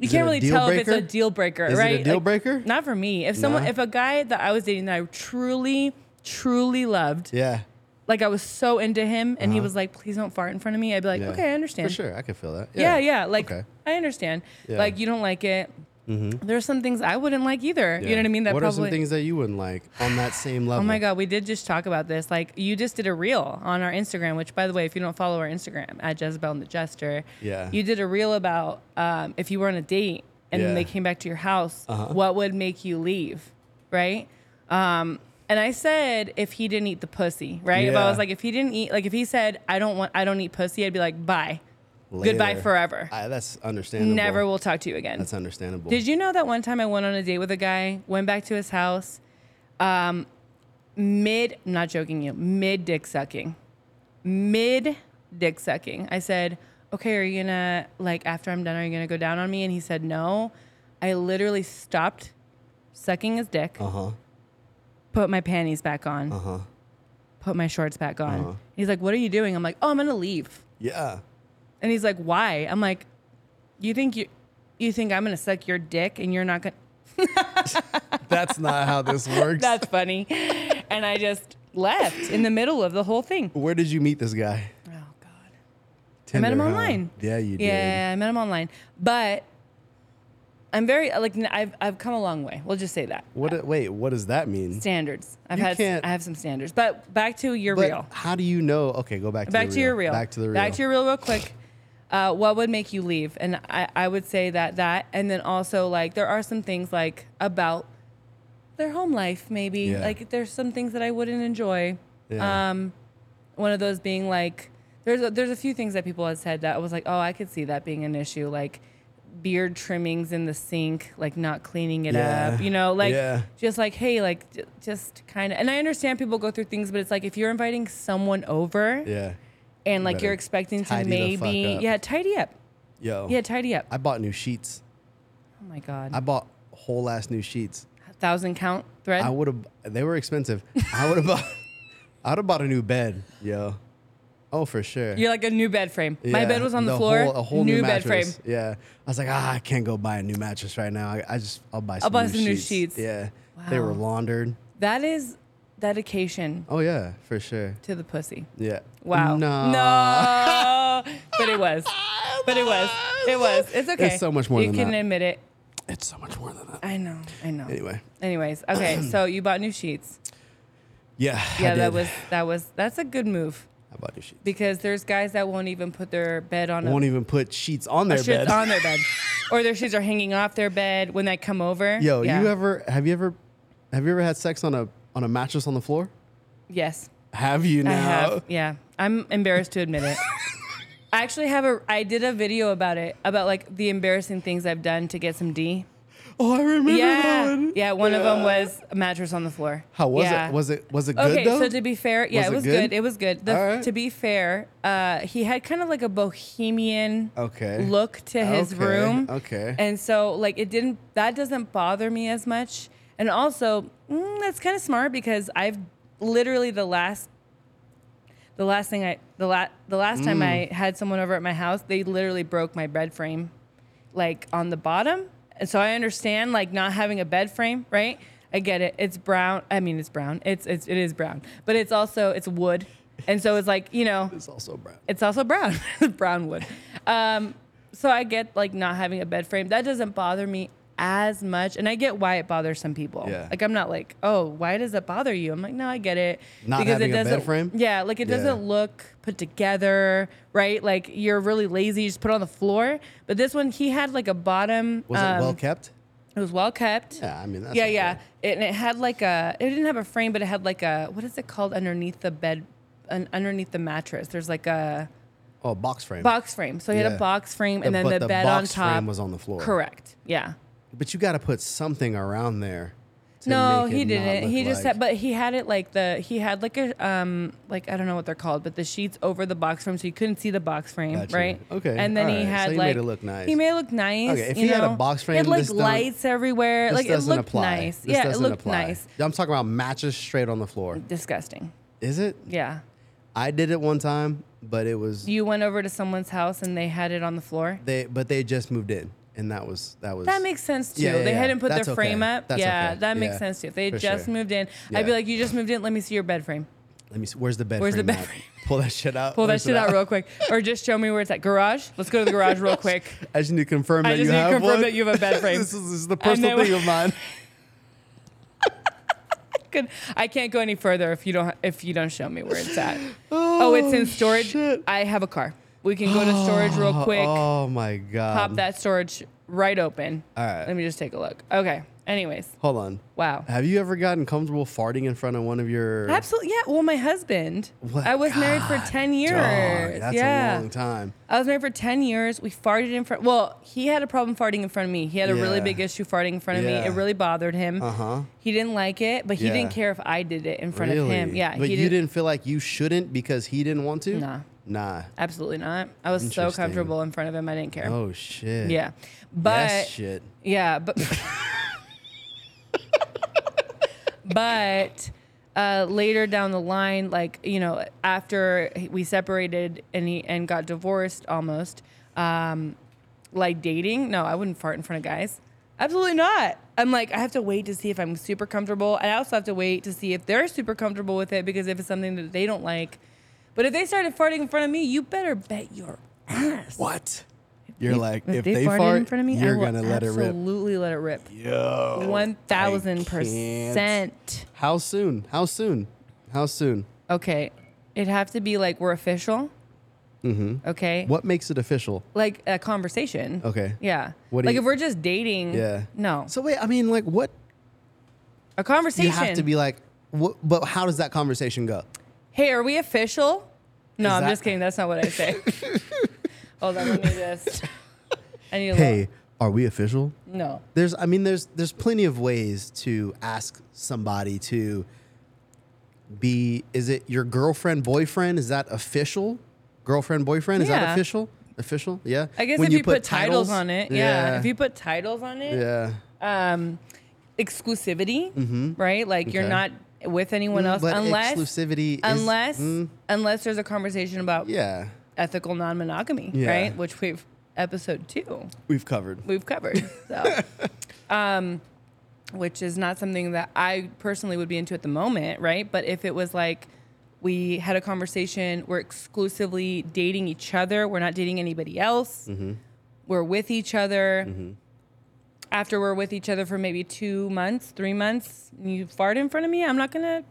S2: You
S1: it
S2: can't
S1: a
S2: really
S1: deal
S2: tell if it's a
S1: breaker?
S2: deal breaker,
S1: Is it a
S2: right?
S1: deal
S2: Like,
S1: breaker?
S2: Not for me. If someone,
S1: Nah.
S2: if a guy that I was dating that I truly, truly loved,
S1: Yeah.
S2: like I was so into him, and he was like, "Please don't fart in front of me," I'd be like,
S1: Uh-huh. yeah.
S2: "Okay, I understand."
S1: For sure. I can feel that.
S2: Yeah, yeah. Like
S1: Okay.
S2: I understand.
S1: Yeah. Mm-hmm.
S2: Like you don't like it. There's some things I wouldn't like either. You know
S1: Yeah.
S2: what I mean? That
S1: what
S2: probably.
S1: are some things that you wouldn't like on that same level?
S2: oh my god, we did just talk about this. Like you just did a reel on our Instagram, which by the way, if you don't follow our Instagram at Jezebel and the Jester,
S1: Yeah.
S2: you did a reel about um, if you were on a date and
S1: Yeah. Uh-huh.
S2: they came back to your house, what would make you leave, right? Um, and I said if he didn't eat the pussy, right? If I
S1: Yeah.
S2: was like, if he didn't eat, like if he said I don't want, I don't eat pussy, I'd be like, bye, goodbye
S1: Later.
S2: forever.
S1: I, that's understandable.
S2: Never will talk to you again.
S1: That's understandable.
S2: Did you know that one time I went on a date with a guy, went back to his house, um, mid, I'm not joking you, mid dick sucking. Mid dick sucking. I said, okay, are you gonna, like, after I'm done, are you gonna go down on me? And he said, no. I literally stopped sucking his dick,
S1: Uh huh.
S2: put my panties back on,
S1: Uh huh.
S2: put my shorts back on. He's like, what are you doing? I'm like, oh, I'm gonna leave.
S1: Yeah.
S2: And he's like, why? I'm like, you think you, you think I'm gonna suck your dick and you're not gonna,
S1: That's not how this works.
S2: That's funny. and I just left in the middle of the whole thing.
S1: Where did you meet this guy?
S2: Oh God. I met him
S1: Tinder, huh?
S2: online.
S1: Yeah, you did.
S2: Yeah, I met him online. But I'm very like n- I've I've come a long way. We'll just say that.
S1: What? Wait, what does that mean?
S2: Standards. I've
S1: You
S2: had
S1: can't-
S2: I have some standards. But back to your
S1: But
S2: reel.
S1: how do you know? Okay, go back to
S2: Back
S1: the
S2: to your reel.
S1: Back to the reel.
S2: Back to your reel real quick. Uh, what would make you leave? And I, I would say that that and then also like there are some things like about their home life maybe.
S1: Yeah.
S2: Like there's some things that I wouldn't enjoy.
S1: Yeah.
S2: Um, one of those being like, there's a, there's a few things that people had said that I was like, oh, I could see that being an issue, like beard trimmings in the sink, like not cleaning it
S1: Yeah.
S2: up, you know, like
S1: Yeah.
S2: just like hey, like j- just kind of. And I understand people go through things, but it's like if you're inviting someone over
S1: yeah.
S2: and like
S1: better
S2: you're expecting to
S1: tidy the fuck
S2: maybe,
S1: up.
S2: yeah, tidy up,
S1: Yo.
S2: yeah, tidy up.
S1: I bought new sheets.
S2: oh my god,
S1: I bought whole ass new sheets.
S2: thousand count thread.
S1: I would have. They were expensive. I would have bought. I would have bought a new bed. Yo. Oh, for sure.
S2: you're like a new bed frame. My
S1: Yeah,
S2: bed was on the,
S1: the
S2: floor.
S1: Whole, a whole
S2: new,
S1: new,
S2: bed frame.
S1: mattress. Yeah. I was like, ah, I can't go buy a new mattress right now. I, I just, I'll buy some,
S2: buy
S1: new,
S2: some new
S1: sheets.
S2: sheets.
S1: Yeah. They were laundered.
S2: That is dedication
S1: Oh, yeah, for sure.
S2: to the pussy.
S1: Yeah.
S2: Wow.
S1: No.
S2: No. but it was. But it was. It was. It's okay.
S1: It's so much more
S2: You
S1: than
S2: can
S1: that.
S2: admit it.
S1: It's so much more than that.
S2: I know. I know.
S1: Anyway.
S2: Anyways, okay. so you bought new sheets.
S1: Yeah.
S2: Yeah,
S1: I
S2: that
S1: did.
S2: was that was that's a good move
S1: I bought new sheets.
S2: because there's guys that won't even put their bed on
S1: Won't
S2: a,
S1: even put sheets on their
S2: sheets
S1: bed.
S2: on their bed, or their sheets are hanging off their bed when they come over.
S1: Yo,
S2: Yeah.
S1: you ever have you ever have you ever had sex on a on a mattress on the floor?
S2: Yes.
S1: Have you now?
S2: I have. Yeah. I'm embarrassed to admit it. I actually have a I did a video about it about like the embarrassing things I've done to get some D.
S1: Oh, I remember that
S2: Yeah,
S1: one.
S2: yeah. One of them
S1: Yeah.
S2: was a mattress on the floor.
S1: How was
S2: Yeah.
S1: it? Was it was it good
S2: okay?
S1: though?
S2: So to be fair,
S1: Was
S2: yeah, it
S1: it
S2: was good?
S1: good?
S2: It was good. The,
S1: All right.
S2: To be fair, uh, he had kind of like a bohemian
S1: Okay.
S2: look to his
S1: Okay,
S2: room.
S1: okay.
S2: and so like it didn't that doesn't bother me as much. And also, mm, that's kind of smart because I've literally the last the last thing I the la- the last
S1: Mm.
S2: time I had someone over at my house, they literally broke my bed frame like on the bottom. And so I understand like not having a bed frame, right? I get it. It's brown. I mean, it's brown. It's it's it is brown, but it's also it's wood, and so it's like you know
S1: It's also brown.
S2: it's also brown, brown wood. Um, so I get like not having a bed frame. That doesn't bother me as much, and I get why it bothers some people.
S1: Yeah.
S2: Like I'm not like, oh, why does it bother you? I'm like, no, I get it.
S1: Not having a bed
S2: doesn't,
S1: frame?
S2: Yeah, like it
S1: Yeah.
S2: doesn't look put together, right? Like you're really lazy, you just put it on the floor. But this one, he had like a bottom.
S1: Was
S2: um,
S1: it well kept?
S2: It was well kept.
S1: Yeah, I mean that's
S2: yeah,
S1: not
S2: yeah.
S1: bad.
S2: It, and it had like a. It didn't have a frame, but it had like a. What is it called underneath the bed? An, underneath the mattress, there's like a
S1: Oh, box frame.
S2: box frame. So he had
S1: Yeah.
S2: a box frame, and
S1: The-
S2: then
S1: but
S2: the,
S1: the
S2: bed on
S1: box
S2: top
S1: frame was on the floor.
S2: Correct. Yeah.
S1: But you got to put something around there. to
S2: No,
S1: make
S2: he
S1: it not
S2: didn't.
S1: look
S2: He just
S1: like-
S2: had, but he had it like the he had like a um like I don't know what they're called, but the sheets over the box frame, so you couldn't see the box frame,
S1: Gotcha.
S2: right?
S1: Okay.
S2: And then he
S1: Alright. So
S2: had
S1: he made
S2: like
S1: it look nice.
S2: He made it look nice.
S1: Okay, if
S2: you
S1: he had a
S2: know?
S1: box
S2: he had
S1: frame,
S2: like
S1: this don't-
S2: lights everywhere.
S1: This
S2: like it
S1: doesn't
S2: looked
S1: apply.
S2: nice.
S1: This
S2: yeah, it
S1: doesn't
S2: looked
S1: apply.
S2: nice.
S1: I'm talking about matches straight on the floor.
S2: Disgusting.
S1: Is it?
S2: Yeah.
S1: I did it one time, but it was
S2: You went over to someone's house and they had it on the floor.
S1: they. But they just moved in, and that was that was.
S2: That makes sense too.
S1: Yeah, yeah,
S2: they
S1: yeah.
S2: hadn't put
S1: That's
S2: their
S1: okay.
S2: frame up.
S1: That's
S2: yeah,
S1: okay.
S2: that makes
S1: Yeah,
S2: sense too. If they
S1: for
S2: had just
S1: sure.
S2: moved in,
S1: Yeah.
S2: I'd be like, "You just moved in. Let me see your bed frame.
S1: Let me see. Where's the bed?
S2: Where's the
S1: frame
S2: bed
S1: at?
S2: frame?
S1: Pull that shit out.
S2: Pull that shit out real quick, or just show me where it's at. Garage. Let's go to the garage real quick.
S1: I just need to confirm
S2: I
S1: that
S2: just
S1: you
S2: need to
S1: have
S2: confirm
S1: one.
S2: that you have a bed frame.
S1: this, is, this is the
S2: And
S1: personal
S2: then-
S1: thing of mine.
S2: Good. I can't go any further if you don't if you don't show me where it's at. Oh, it's in storage.
S1: shit.
S2: I have a car. We can go to storage real quick.
S1: Oh my god.
S2: Pop that storage right open.
S1: All right.
S2: Let me just take a look. Okay. Anyways,
S1: Hold on.
S2: wow.
S1: Have you ever gotten comfortable farting in front of one of your?
S2: Absolutely. Yeah. Well, my husband.
S1: What-
S2: I was married for
S1: God,
S2: ten years.
S1: Dog, that's
S2: yeah.
S1: a long time.
S2: I was married for 10 years. We farted in front. Well, he had a problem farting in front of me. He had a really
S1: Yeah.
S2: big issue farting in front of
S1: Yeah.
S2: me. It really bothered him.
S1: Uh-huh.
S2: He didn't like it, but he
S1: Yeah.
S2: didn't care if I did it in front of
S1: Really?
S2: him. Yeah.
S1: But
S2: he
S1: you didn't feel like you shouldn't because he didn't want to.
S2: Nah.
S1: Nah.
S2: Absolutely not. I was so
S1: Interesting.
S2: comfortable in front of him. I didn't care.
S1: Oh shit.
S2: Yeah. But.
S1: That's shit.
S2: Yeah, but but uh, later down the line, like you know, after we separated and he and got divorced almost, um, like dating. No, I wouldn't fart in front of guys. Absolutely not. I'm like, I have to wait to see if I'm super comfortable. I also have to wait to see if they're super comfortable with it because if it's something that they don't like. But if they started farting in front of me, you better bet your ass.
S1: What? You're like if
S2: farted
S1: they, fart
S2: in front of me, I
S1: you're
S2: will
S1: gonna let it rip.
S2: Absolutely, let it rip.
S1: Yo.
S2: One thousand
S1: I
S2: percent.
S1: can't. How soon? How soon? How soon?
S2: Okay, it'd have to be like we're official. Mm-hmm. Okay,
S1: What makes it official?
S2: like a conversation.
S1: Okay.
S2: Yeah.
S1: What do
S2: like
S1: you-
S2: if we're just dating.
S1: Yeah.
S2: No,
S1: So wait, I mean, like, what?
S2: a conversation.
S1: You have to be like, what, but how does that conversation go?
S2: hey, are we official? No,
S1: Is
S2: I'm
S1: that-
S2: just kidding. That's not what I say. Hold on, let me just. I need a
S1: Hey, are we official?
S2: little- No.
S1: There's, I mean, there's, there's plenty of ways to ask somebody to be. Is it your girlfriend, boyfriend? Is that official? Girlfriend, boyfriend? Is that
S2: Yeah.
S1: official? Official? Yeah.
S2: I guess
S1: When
S2: if you, put, titles, on it, yeah. If you put titles on it,
S1: yeah. Mm-hmm.
S2: um, exclusivity, right? Like you're
S1: Okay. Mm,
S2: not with anyone else
S1: but
S2: unless
S1: exclusivity is-
S2: unless
S1: mm.
S2: unless there's a conversation about
S1: Yeah.
S2: ethical non-monogamy,
S1: Yeah.
S2: right? Which we've episode two
S1: We've covered.
S2: we've covered. So, um, which is not something that I personally would be into at the moment, right? But if it was like we had a conversation, we're exclusively dating each other, we're not dating anybody else,
S1: Mm-hmm.
S2: we're with each other. After we're with each other for maybe two months, three months, and you fart in front of me, I'm not gonna.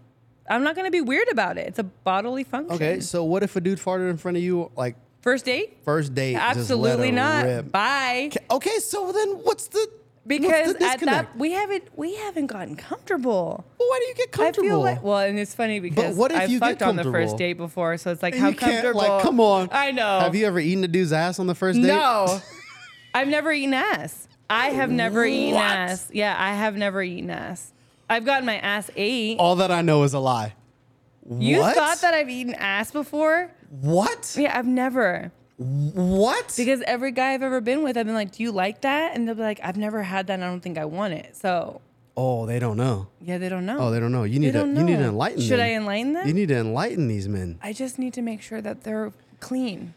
S2: I'm not gonna be weird about it. It's a bodily function.
S1: Okay. So what if a dude farted in front of you, like
S2: First date?
S1: first date? just let
S2: Absolutely
S1: her
S2: not.
S1: rip?
S2: Bye.
S1: Okay, so then what's the
S2: Because
S1: what's the
S2: at
S1: disconnect?
S2: that we haven't we haven't gotten comfortable.
S1: well, why do you get
S2: I
S1: comfortable?
S2: feel like well, and it's funny because
S1: what if
S2: I
S1: you get
S2: fucked on the first
S1: comfortable?
S2: date before, so it's like
S1: And
S2: how
S1: you can't
S2: comfortable.
S1: like come on.
S2: I know.
S1: Have you ever eaten a dude's ass on the first date?
S2: No, I've never eaten ass. I have never eaten
S1: What?
S2: ass. Yeah, I have never eaten ass. I've gotten my ass ate.
S1: All that I know is a lie.
S2: you
S1: Oh, what?
S2: thought that I've eaten ass before?
S1: What?
S2: Yeah, I've never.
S1: What?
S2: Because every guy I've ever been with, I've been like, "Do you like that?" And they'll be like, "I've never had that. and I don't think I want it." So
S1: Oh, they don't know.
S2: Yeah, they don't know.
S1: Oh, they don't know. You
S2: They
S1: need to
S2: don't
S1: you need to
S2: know.
S1: enlighten
S2: Should
S1: them.
S2: I enlighten them?
S1: You need to enlighten these men.
S2: I just need to make sure that they're clean.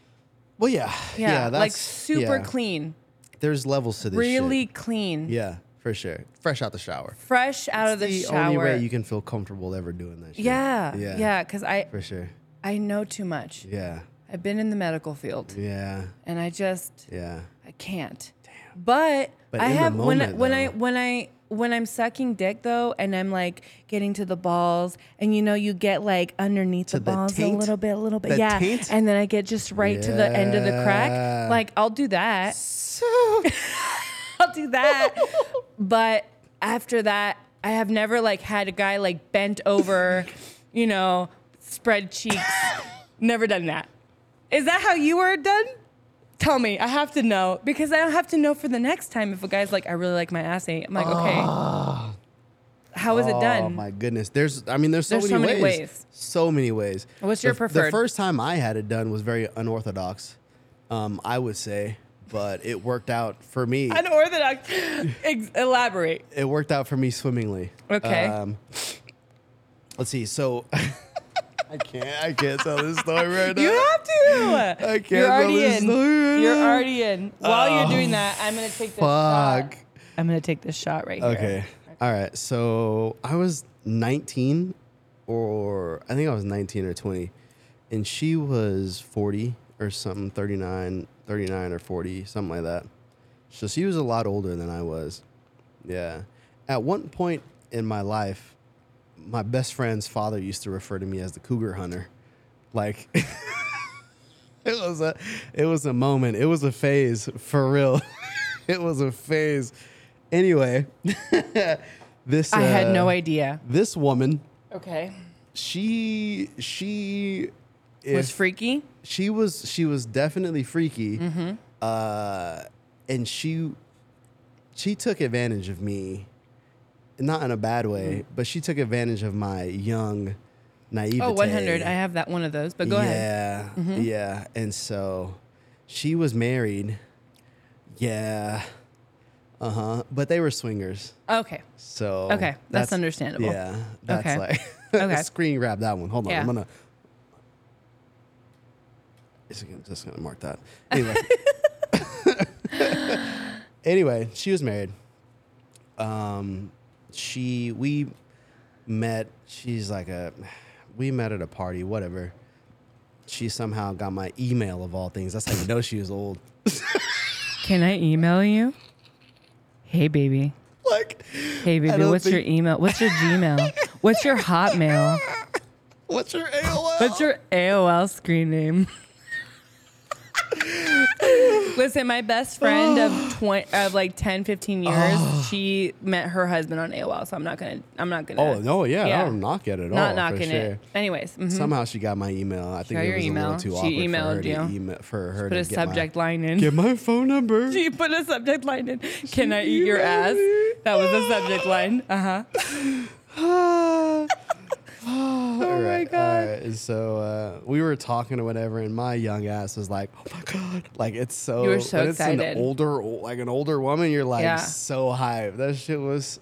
S1: Well, yeah,
S2: Yeah,
S1: that's
S2: like super
S1: yeah.
S2: clean,
S1: There's levels to this. shit.
S2: really clean,
S1: Yeah, for sure. Fresh out the shower.
S2: fresh out of the,
S1: the
S2: shower.
S1: only way you can feel comfortable ever doing that. Shit.
S2: yeah,
S1: Yeah.
S2: yeah, because I
S1: For sure.
S2: I know too much.
S1: Yeah.
S2: I've been in the medical field,
S1: Yeah.
S2: and I just
S1: Yeah.
S2: I can't. But,
S1: But
S2: I
S1: in the
S2: have
S1: moment,
S2: when I,
S1: though.
S2: when I when I when I'm sucking dick though, and I'm like getting to the balls, and you know you get like underneath the,
S1: the
S2: balls a
S1: taint?
S2: little bit, a little bit,
S1: The
S2: yeah,
S1: taint?
S2: and then I get just right to the end of the
S1: Yeah.
S2: crack. Like I'll do that.
S1: Oh
S2: I'll do that. but after that, I have never like had a guy like bent over, you know, spread cheeks. never done that. Is that how you were done? Tell me. I have to know because I don't have to know for the next time if a guy's like, I really like my ass eight. I'm like, okay. How is it
S1: Ah. Oh
S2: done?
S1: my goodness! There's, I mean, there's so,
S2: There's
S1: many,
S2: so many
S1: ways.
S2: ways.
S1: So many ways.
S2: What's your
S1: The- The
S2: preferred?
S1: first time I had it done was very unorthodox, um, I would say, but it worked out for me.
S2: Unorthodox. Ex- elaborate.
S1: It worked out for me swimmingly.
S2: Okay.
S1: Um, let's see. So I can't. I can't tell this story right now.
S2: You have to.
S1: I can't
S2: You're already
S1: believe
S2: in.
S1: this.
S2: You're already in. While
S1: Oh,
S2: you're doing that, I'm gonna take this
S1: Fuck.
S2: shot. I'm gonna take this shot right here.
S1: Okay. All right. So I was 19, or I think I was 19 or 20, and she was 40 or something, 39, 39 or 40, something like that. So she was a lot older than I was. Yeah. At one point in my life, my best friend's father used to refer to me as the cougar hunter. Like it was a it was a moment. It was a phase for real. it was a phase. Anyway, this
S2: I had
S1: uh,
S2: no idea.
S1: This woman,
S2: Okay.
S1: she she if
S2: was freaky.
S1: she was she was definitely freaky,
S2: Mm-hmm.
S1: uh, and she she took advantage of me, not in a bad way, but she took advantage of my young naivete.
S2: Mm-hmm. Oh, 100. I have that one of those, but go
S1: yeah,
S2: ahead. Mm-hmm.
S1: yeah, and so she was married. Yeah, uh huh. But they were swingers,
S2: Okay.
S1: so
S2: Okay, that's understandable.
S1: Yeah, that's
S2: Okay.
S1: like
S2: Okay.
S1: screen grab that one. Hold on,
S2: Yeah.
S1: I'm gonna. It's gonna, just gonna mark that. Anyway. anyway, she was married. Um, she we met. She's like a, we met at a party. Whatever. She somehow got my email of all things. That's how you know she was old.
S2: Can I email you? Hey, baby.
S1: like,
S2: Hey, baby.
S1: don't
S2: What's your
S1: think-
S2: email? What's your Gmail? What's your Hotmail? e-
S1: what's your AOL?
S2: What's your AOL screen name? Listen, my best friend of 20, of like 10, 15 years, she met her husband on AOL, so I'm not going to I'm not going to
S1: Oh no, yeah,
S2: Yeah.
S1: I don't knock it at all.
S2: Not
S1: for
S2: knocking
S1: sure.
S2: it. Anyways, mhm.
S1: Somehow she got my email. I think
S2: Got
S1: it
S2: your
S1: was a
S2: email.
S1: little too
S2: She
S1: awkward for her
S2: emailed
S1: to
S2: you.
S1: email for her
S2: put
S1: to
S2: a
S1: get my-
S2: subject line in.
S1: Get my phone number.
S2: She put a subject line in. Can I eat your ass? That was the subject line. Uh huh.
S1: oh all right,
S2: God.
S1: All right. And So uh, we were talking or whatever, and my young ass was like, "Oh my god!" Like it's so.
S2: You were so
S1: when it's
S2: excited.
S1: an older, like an older woman, you're like
S2: Yeah.
S1: so hyped. That shit was.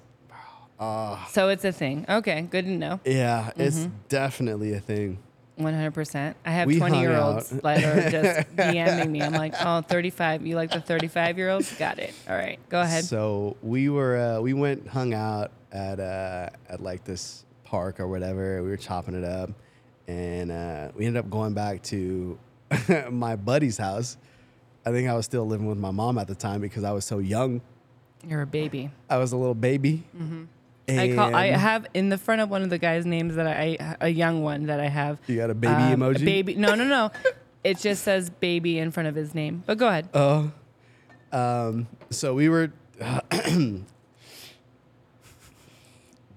S2: So it's a thing. Okay, good to know.
S1: Yeah, it's
S2: Mm-hmm.
S1: definitely a thing.
S2: One hundred percent. I have
S1: We
S2: twenty year olds
S1: hung out.
S2: that are just DMing me. I'm like, oh, 35. You like the thirty five year olds? Got it. All right, go ahead.
S1: So we were uh, we went hung out at uh, at like this park or whatever. We were chopping it up, and uh, we ended up going back to my buddy's house. I think I was still living with my mom at the time because I was so young.
S2: You're a baby.
S1: I was a little baby. And
S2: Mm-hmm. I call. I have in the front of one of the guys' names that I a young one that I have.
S1: You got a baby
S2: um,
S1: emoji?
S2: Baby. No, no, no. it just says baby in front of his name. But go ahead.
S1: Oh. Um, so we were.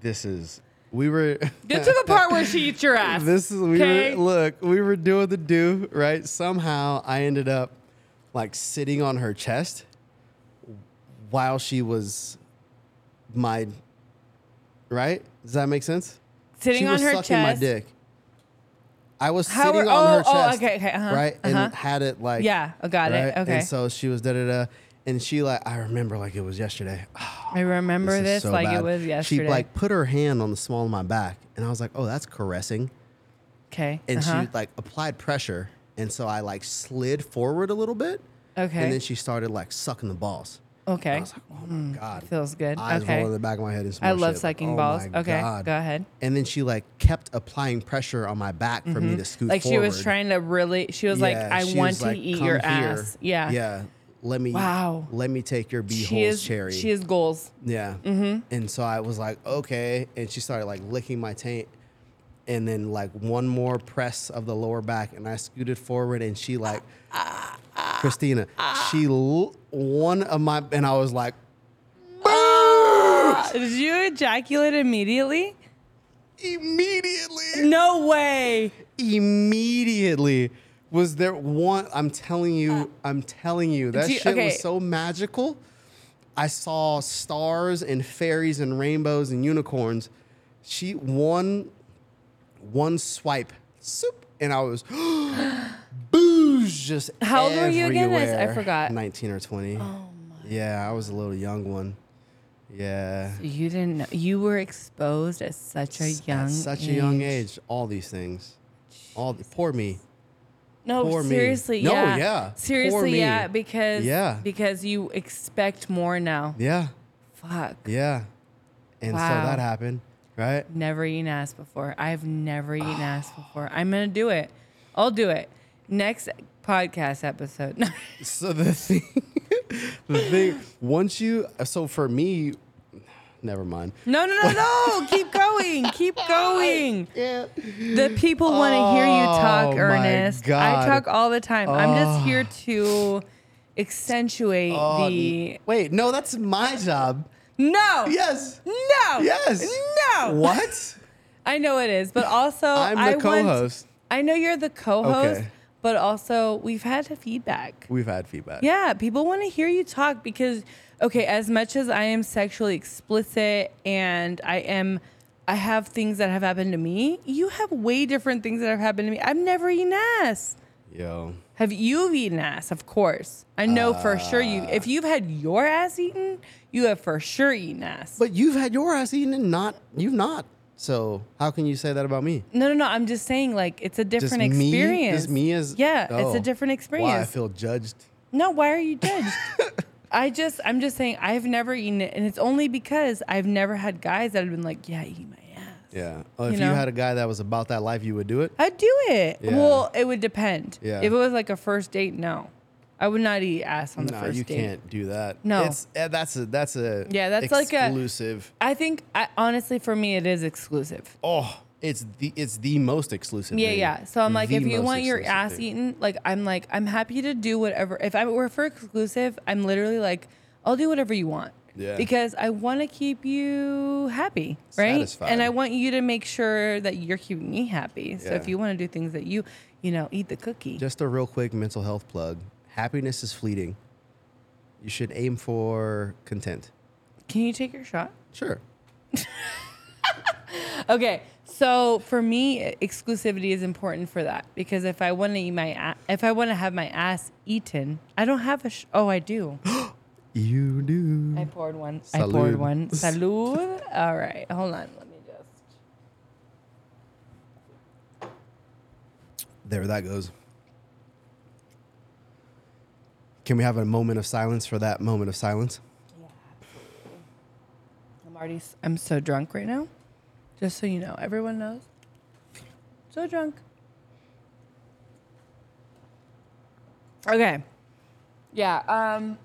S1: this is. We were.
S2: Get to the part where she eats your ass.
S1: This is we
S2: Okay.
S1: were look, we were doing the do, right? Somehow I ended up like sitting on her chest while she was my right? Does that make sense?
S2: sitting
S1: she
S2: on
S1: was
S2: her
S1: sucking my
S2: chest.
S1: dick. I was
S2: How
S1: sitting
S2: were-
S1: on her
S2: oh, oh,
S1: chest.
S2: okay, okay, uh-huh,
S1: right? And
S2: uh-huh.
S1: had it like
S2: Yeah, I got it, okay.
S1: And so she was da da da And she like I remember like it was yesterday.
S2: I remember
S1: Oh, is
S2: this,
S1: so
S2: like
S1: bad.
S2: it was yesterday.
S1: She like put her hand on the small of my back, and I was like, "Oh, that's caressing."
S2: okay.
S1: And
S2: uh-huh.
S1: she like applied pressure, and so I like slid forward a little bit,
S2: okay.
S1: and then she started like sucking the balls.
S2: okay.
S1: I was like, "Oh my god!"
S2: Hmm. Feels good.
S1: Eyes
S2: okay.
S1: rolling in the back of my head. And some
S2: I
S1: more
S2: love
S1: shit. Like,
S2: sucking
S1: "Oh
S2: balls.
S1: my
S2: Okay.
S1: God."
S2: Go ahead.
S1: And then she like kept applying pressure on my back for me to scoot.
S2: Mm-hmm. Like she was
S1: forward.
S2: trying to really. She was like,
S1: Yeah,
S2: I
S1: she
S2: want
S1: was
S2: to
S1: like,
S2: eat
S1: "Come
S2: your
S1: here.
S2: ass. Yeah.
S1: Yeah. Let me.
S2: Wow.
S1: Let me take your
S2: She
S1: beeholes
S2: is.
S1: cherry.
S2: She is goals.
S1: Yeah. Mm-hmm. And so I was like, okay. And she started like licking my taint. And then like one more press of the lower back, and I scooted forward, and she like, Christina, she l- one of my, and I was like,
S2: Uh, Did you ejaculate immediately?
S1: immediately,
S2: No way.
S1: immediately. Was there one? I'm telling you, I'm telling you, that
S2: Uh, Do you-
S1: shit
S2: okay.
S1: was so magical. I saw stars and fairies and rainbows and unicorns. She one one swipe, soup, and I was booze just.
S2: How old were you again? I s- I
S1: everywhere.
S2: forgot.
S1: Nineteen or twenty. Oh my. Yeah, I was a little young one. Yeah.
S2: You didn't know. You were exposed at such a young
S1: At such a young age, all these things. All the, poor me.
S2: No,
S1: Poor me.
S2: seriously,
S1: No,
S2: yeah.
S1: yeah. Poor
S2: Seriously,
S1: me.
S2: yeah, because
S1: Yeah.
S2: because you expect more now.
S1: Yeah,
S2: Fuck.
S1: yeah. And
S2: Wow.
S1: so that happened, right?
S2: Never eaten ass before. I've never eaten ass before. I'm gonna do it. I'll do it. Next podcast episode.
S1: So the thing, the thing, once you, so for me, never mind.
S2: no, no, no, no. Keep going. Keep going.
S1: Yeah.
S2: The people want to hear you
S1: Oh,
S2: talk,
S1: my
S2: Ernest. I
S1: God. Oh.
S2: talk all the time. I'm just here to accentuate the
S1: Uh, Wait, no, that's my job.
S2: no.
S1: Yes.
S2: No.
S1: Yes.
S2: No.
S1: What?
S2: I know it is, but also
S1: I'm the
S2: I want-
S1: co-host.
S2: I know you're the co-host,
S1: Okay.
S2: but also we've had feedback.
S1: We've had feedback.
S2: Yeah, people want to hear you talk because okay, as much as I am sexually explicit and I am I have things that have happened to me, you have way different things that have happened to me. I've never eaten ass.
S1: Yo.
S2: Have you eaten ass? Of course. I know for sure you if you've had your ass eaten, you have for sure eaten ass.
S1: But you've had your ass eaten and not, you've not. So how can you say that about me?
S2: No, no, no. I'm just saying, like, it's a different
S1: me? Just
S2: experience.
S1: me as-
S2: yeah,
S1: Oh.
S2: it's a different experience.
S1: Why I feel judged.
S2: no, why are you judged? I just, I'm just saying, I've never eaten it, and it's only because I've never had guys that have been like, yeah, eat my ass.
S1: Yeah. Oh, if
S2: You
S1: you,
S2: know?
S1: had a guy that was about that life, you would do it.
S2: I'd do it.
S1: Yeah.
S2: Well, it would depend.
S1: Yeah.
S2: If it was like a first date, no, I would not eat ass on the
S1: No,
S2: first
S1: you
S2: date.
S1: can't do that.
S2: No.
S1: It's eh, that's a that's a
S2: Yeah, that's like a-
S1: exclusive.
S2: I think, I, honestly, for me, it is exclusive.
S1: Oh, it's the it's the most exclusive.
S2: Yeah,
S1: thing.
S2: yeah. So I'm like,
S1: The
S2: if you
S1: most
S2: want your
S1: exclusive
S2: ass
S1: thing.
S2: eaten, like I'm like, I'm happy to do whatever. If I were for exclusive, I'm literally like, I'll do whatever you want.
S1: Yeah.
S2: Because I want to keep you happy, right?
S1: Satisfied.
S2: And I want you to make sure that you're keeping me happy. So if
S1: Yeah.
S2: you want to do things that you, you know, eat the cookie.
S1: just a real quick mental health plug. Happiness is fleeting. You should aim for content.
S2: Can you take your shot?
S1: Sure.
S2: Okay. So for me, exclusivity is important for that because if I want to eat my, a- if I want to have my ass eaten, I don't have a. Sh- oh, I do.
S1: You do.
S2: I poured one. I
S1: Mm-hmm. Salud.
S2: poured one. Salud. All right. Hold on. Let me just.
S1: There, that goes. Can we have a moment of silence for that moment of silence?
S2: I'm already. s- I'm so drunk right now. Just so you know, everyone knows. So drunk. Okay. Yeah. Um,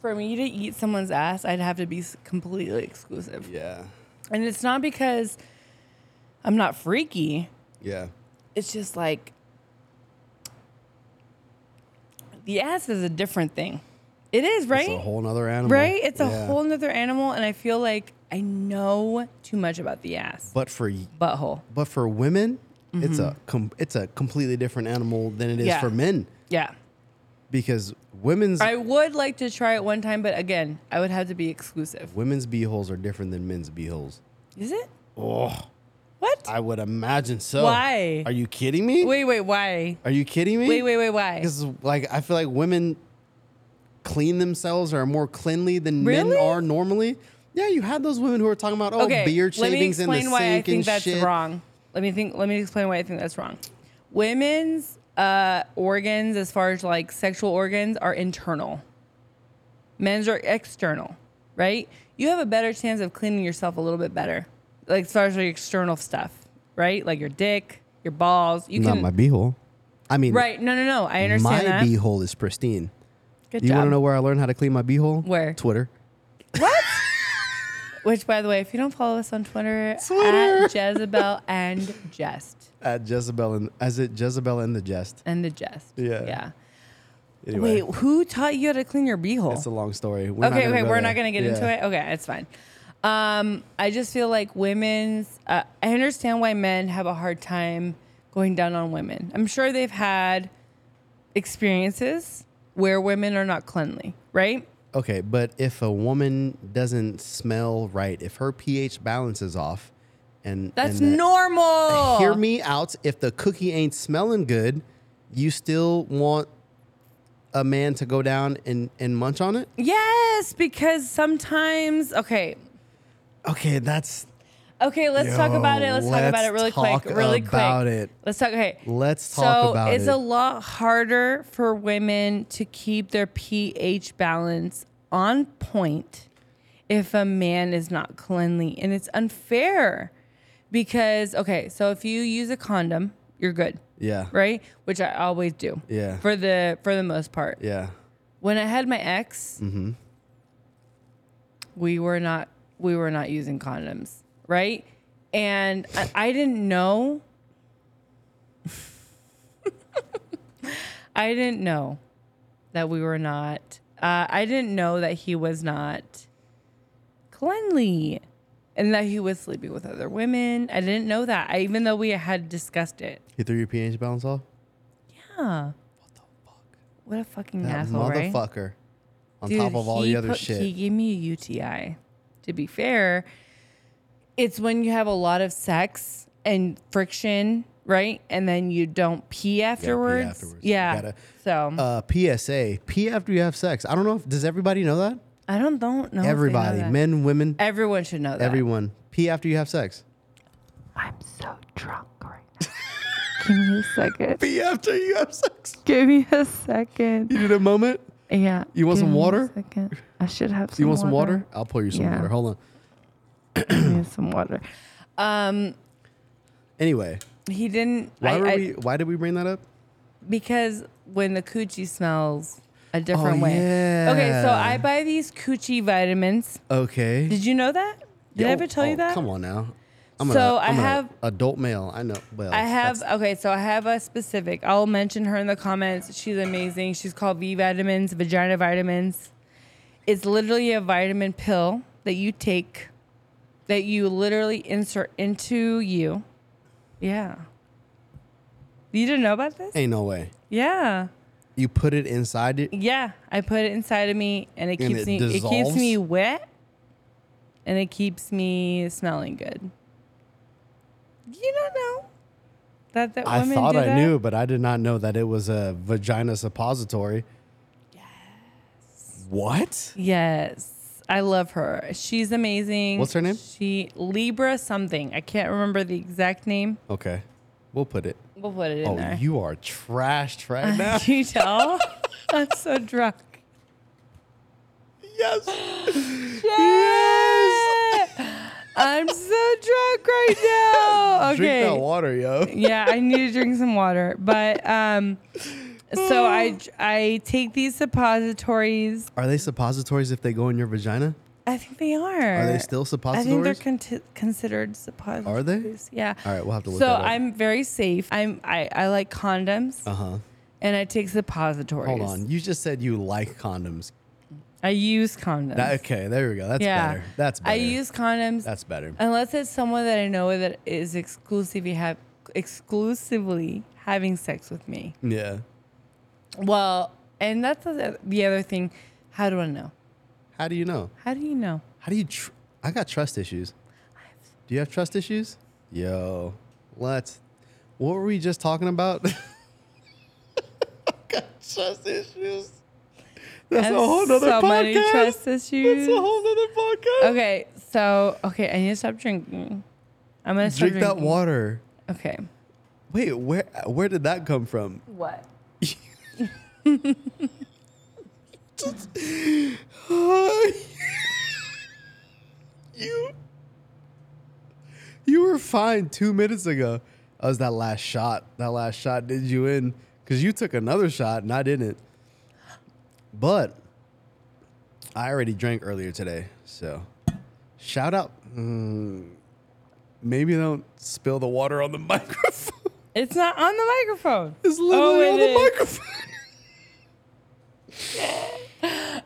S2: for me to eat someone's ass, I'd have to be s- completely exclusive,
S1: Yeah.
S2: and it's not because I'm not freaky.
S1: Yeah.
S2: It's just like the ass is a different thing. It is right.
S1: It's a whole nother animal.
S2: Right? It's a
S1: Yeah.
S2: whole nother animal, and I feel like I know too much about the ass.
S1: But for y-
S2: Butthole.
S1: but for women, it's a com- it's a completely different animal than it is
S2: Mm-hmm. Yeah.
S1: for men
S2: Yeah.
S1: because women's
S2: I would like to try it one time, but again, I would have to be exclusive.
S1: women's beeholes are different than men's beeholes.
S2: Is it?
S1: Oh,
S2: What?
S1: I would imagine so.
S2: Why?
S1: Are you kidding me?
S2: wait, wait, why?
S1: Are you kidding me?
S2: Wait, wait, wait, why?
S1: Because like I feel like women clean themselves or are more cleanly than men
S2: Really?
S1: are normally. Yeah, you had those women who were talking about oh
S2: okay,
S1: beard
S2: let me
S1: shavings in the
S2: explain
S1: sink
S2: why I think
S1: and
S2: that's
S1: shit.
S2: wrong. Let me think. Let me explain why I think that's wrong. Women's uh, organs, as far as like sexual organs, are internal. Men's are external, right? You have a better chance of cleaning yourself a little bit better, like as far as your external stuff, right? Like your dick, your balls. You
S1: Not
S2: can
S1: my beehole. I mean,
S2: right? No, no, no. I
S1: my
S2: understand that.
S1: beehole is pristine.
S2: Good
S1: You
S2: job.
S1: want to know where I learned how to clean my beehole?
S2: Where?
S1: Twitter.
S2: Which, by the way, if you don't follow us on Twitter,
S1: Twitter.
S2: at Jezebel and Jest
S1: At Jezebel and as it Jezebel and the Jest.
S2: and the Jest.
S1: Yeah.
S2: Yeah.
S1: Anyway,
S2: Wait, who taught you how to clean your
S1: it's a
S2: beehole?
S1: long story. We're
S2: Okay,
S1: not
S2: okay,
S1: go
S2: we're
S1: there.
S2: not gonna get
S1: Yeah.
S2: into it. Okay, it's fine. Um, I just feel like women's. Uh, I understand why men have a hard time going down on women. I'm sure they've had experiences where women are not cleanly, right?
S1: Okay, but if a woman doesn't smell right, if her pH balance is off, and
S2: That's
S1: and the-
S2: normal.
S1: Hear me out. If the cookie ain't smelling good, you still want a man to go down and, and munch on it?
S2: Yes, because sometimes. Okay,
S1: Okay, that's
S2: Okay, let's talk about it. Let's talk about
S1: let's
S2: it really
S1: talk
S2: quick. Really
S1: about
S2: quick.
S1: it.
S2: Let's talk. Okay.
S1: Let's
S2: so
S1: talk about
S2: it's
S1: it.
S2: a lot harder for women to keep their pH balance on point if a man is not cleanly, and it's unfair because okay, so if you use a condom, you're good,
S1: yeah.
S2: right? Which I always do.
S1: Yeah.
S2: For the for the most part
S1: Yeah.
S2: when I had my ex,
S1: Mm-hmm.
S2: we were not we were not using condoms, right? And I, I didn't know. I didn't know that we were not. Uh, I didn't know that he was not cleanly, and that he was sleeping with other women. I didn't know that, I, even though we had discussed it.
S1: You threw your pH balance off?
S2: Huh.
S1: What the fuck?
S2: What a fucking
S1: That
S2: asshole, right?
S1: motherfucker. On top of all
S2: he
S1: the other
S2: put-
S1: shit.
S2: He gave me a UTI. To be fair, it's when you have a lot of sex and friction, right? And then you don't pee afterwards.
S1: afterwards. You
S2: Yeah.
S1: gotta-
S2: so
S1: uh, PSA, pee after you have sex. I don't know if, does everybody know that?
S2: I don't don't know. if they know
S1: everybody,
S2: that.
S1: men, women,
S2: Everyone should know that.
S1: everyone. Pee after you have sex.
S3: I'm so drunk right now. Give me a second.
S1: Pee after you have sex.
S3: Give me a second.
S1: You need a moment?
S3: Yeah.
S1: You want
S3: give
S1: some
S3: me a
S1: water?
S3: second. I should have some
S1: You want some water? I'll pour you some
S3: Yeah.
S1: water. Hold on.
S3: Give me some water.
S2: Um,
S1: Anyway,
S2: he didn't.
S1: why
S2: I,
S1: were
S2: I-
S1: we? Why did we bring that up?
S2: because when the coochie smells a different way. Okay, so
S1: Oh, yeah.
S2: I buy these coochie vitamins.
S1: Okay.
S2: Did you know that? Did I
S1: Oh,
S2: ever tell you
S1: oh,
S2: that?
S1: Come on now. I'm an-
S2: So I
S1: I'm an
S2: have-
S1: adult male. I know. Well,
S2: I have
S1: that's-
S2: okay, so I have a specific. I'll mention her in the comments. She's amazing. She's called V Vitamins, Vagina Vitamins. It's literally a vitamin pill that you take that you literally insert into you. Yeah. You didn't know about this?
S1: Ain't no way.
S2: Yeah.
S1: You put it inside it.
S2: Yeah, I put it inside of me and it
S1: And
S2: keeps
S1: it
S2: me it keeps
S1: dissolves?
S2: me wet and it keeps me smelling good. You don't know that that
S1: I
S2: women
S1: thought
S2: do
S1: I
S2: that?
S1: knew, but I did not know that it was a vagina suppository. Yes. What?
S2: Yes. I love her. She's amazing.
S1: What's her name?
S2: She Libra something. I can't remember the exact name.
S1: Oh,
S2: um,
S1: That's a
S2: I have
S1: whole nother
S2: so
S1: podcast.
S2: many trust issues.
S1: That's a whole nother podcast.
S2: Okay, so okay, I need to stop drinking. I'm gonna stop
S1: Drink that
S2: drinking.
S1: water.
S2: Okay.
S1: Wait, where where did that come from?
S2: What?
S1: you you were fine two minutes ago. That was that last shot. That last shot did you in because you took another shot and I didn't. But I already drank earlier today, so shout out. Mm, maybe don't spill the water on the microphone.
S2: It's not on the microphone.
S1: It's literally
S2: Oh, it
S1: on the
S2: is.
S1: microphone.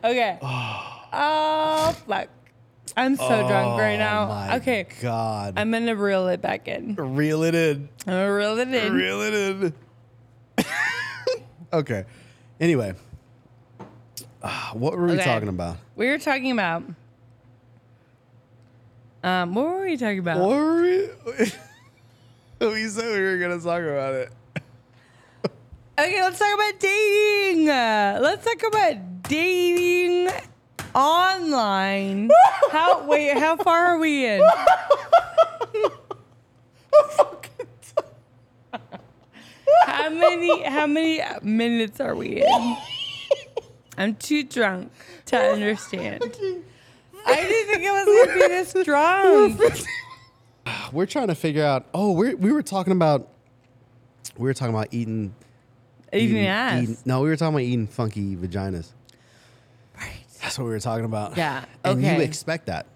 S2: Okay. Oh fuck. I'm so drunk right now. okay.
S1: Oh God,
S2: I'm gonna reel it back in.
S1: reel it in.
S2: I'm gonna reel it in.
S1: Reel it in. okay. Anyway, Ah, what were we
S2: Okay.
S1: talking about?
S2: We were talking about. Um, what were we talking about?
S1: What were we? we said we were gonna talk about it.
S2: Okay, let's talk about dating. Uh, let's talk about dating online. how? Wait, how far are we in? how many? How many minutes are we in? I'm too drunk to understand. I didn't think it was gonna be this drunk.
S1: We're trying to figure out. Oh, we we were talking about. We were talking about eating.
S2: Even ass.
S1: eating- no, we were talking about eating funky vaginas.
S2: Right.
S1: That's what we were talking about.
S2: Yeah,
S1: And you
S2: okay.
S1: expect that.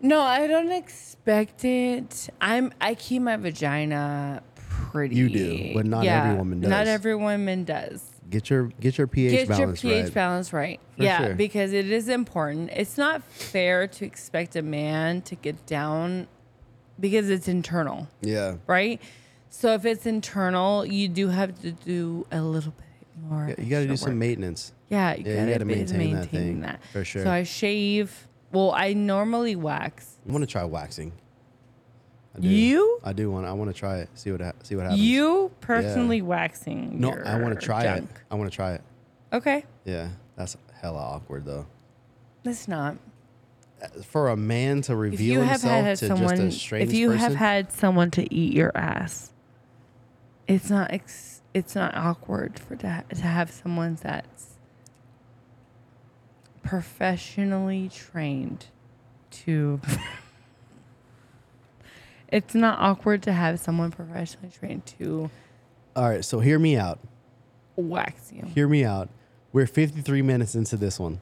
S2: No, I don't expect it. I'm I keep my vagina pretty.
S1: You do, but not every woman
S2: Not
S1: does.
S2: every woman does.
S1: Get your get your pH
S2: Get your
S1: balance
S2: pH
S1: right.
S2: balance right.
S1: For
S2: yeah,
S1: sure.
S2: because it is important. It's not fair to expect a man to get down because it's internal,
S1: yeah.
S2: right? So if it's internal, you do have to do a little bit more.
S1: You got to do
S2: extra
S1: some
S2: work.
S1: maintenance.
S2: Yeah, you
S1: Yeah, you
S2: gotta,
S1: gotta
S2: be-
S1: maintain that thing, for sure.
S2: So I shave. Well, I normally wax.
S1: I want to try waxing. I
S2: You?
S1: I do want. I want to try it. See what ha- see what happens.
S2: You personally waxing.
S1: No, I want to try
S2: junk.
S1: it. I want to try it.
S2: Okay.
S1: Yeah, that's hella awkward though.
S2: It's not.
S1: For a man to
S2: If
S1: reveal
S2: you have
S1: himself
S2: had
S1: to
S2: someone,
S1: just a strange
S2: if you
S1: person,
S2: have had someone to eat your ass, it's not ex- it's not awkward for to, ha- to have someone that's professionally trained to. it's not awkward to have someone professionally trained to
S1: all right. So hear me out.
S2: wax you.
S1: Hear me out. We're 53 minutes into this one.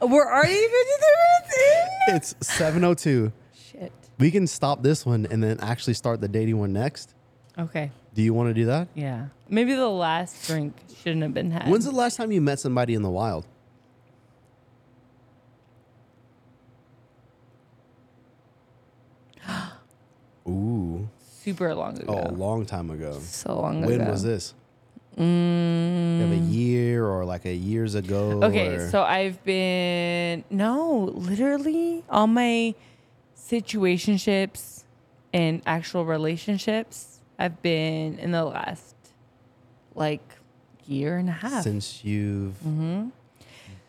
S2: We're already 53 minutes in.
S1: it's 7:02.
S2: Shit.
S1: We can stop this one and then actually start the dating one next.
S2: Okay.
S1: Do you want to do that?
S2: Yeah. Maybe the last drink shouldn't have been had.
S1: When's the last time you met somebody in the wild? Ooh.
S2: Super long ago.
S1: Oh, a long time ago.
S2: so long ago. Mm.
S1: When was this? You have a year or like a years ago?
S2: Okay,
S1: or-
S2: so I've been no, literally all my situationships and actual relationships I've been in the last like year and a half.
S1: since you've
S2: Mm-hmm.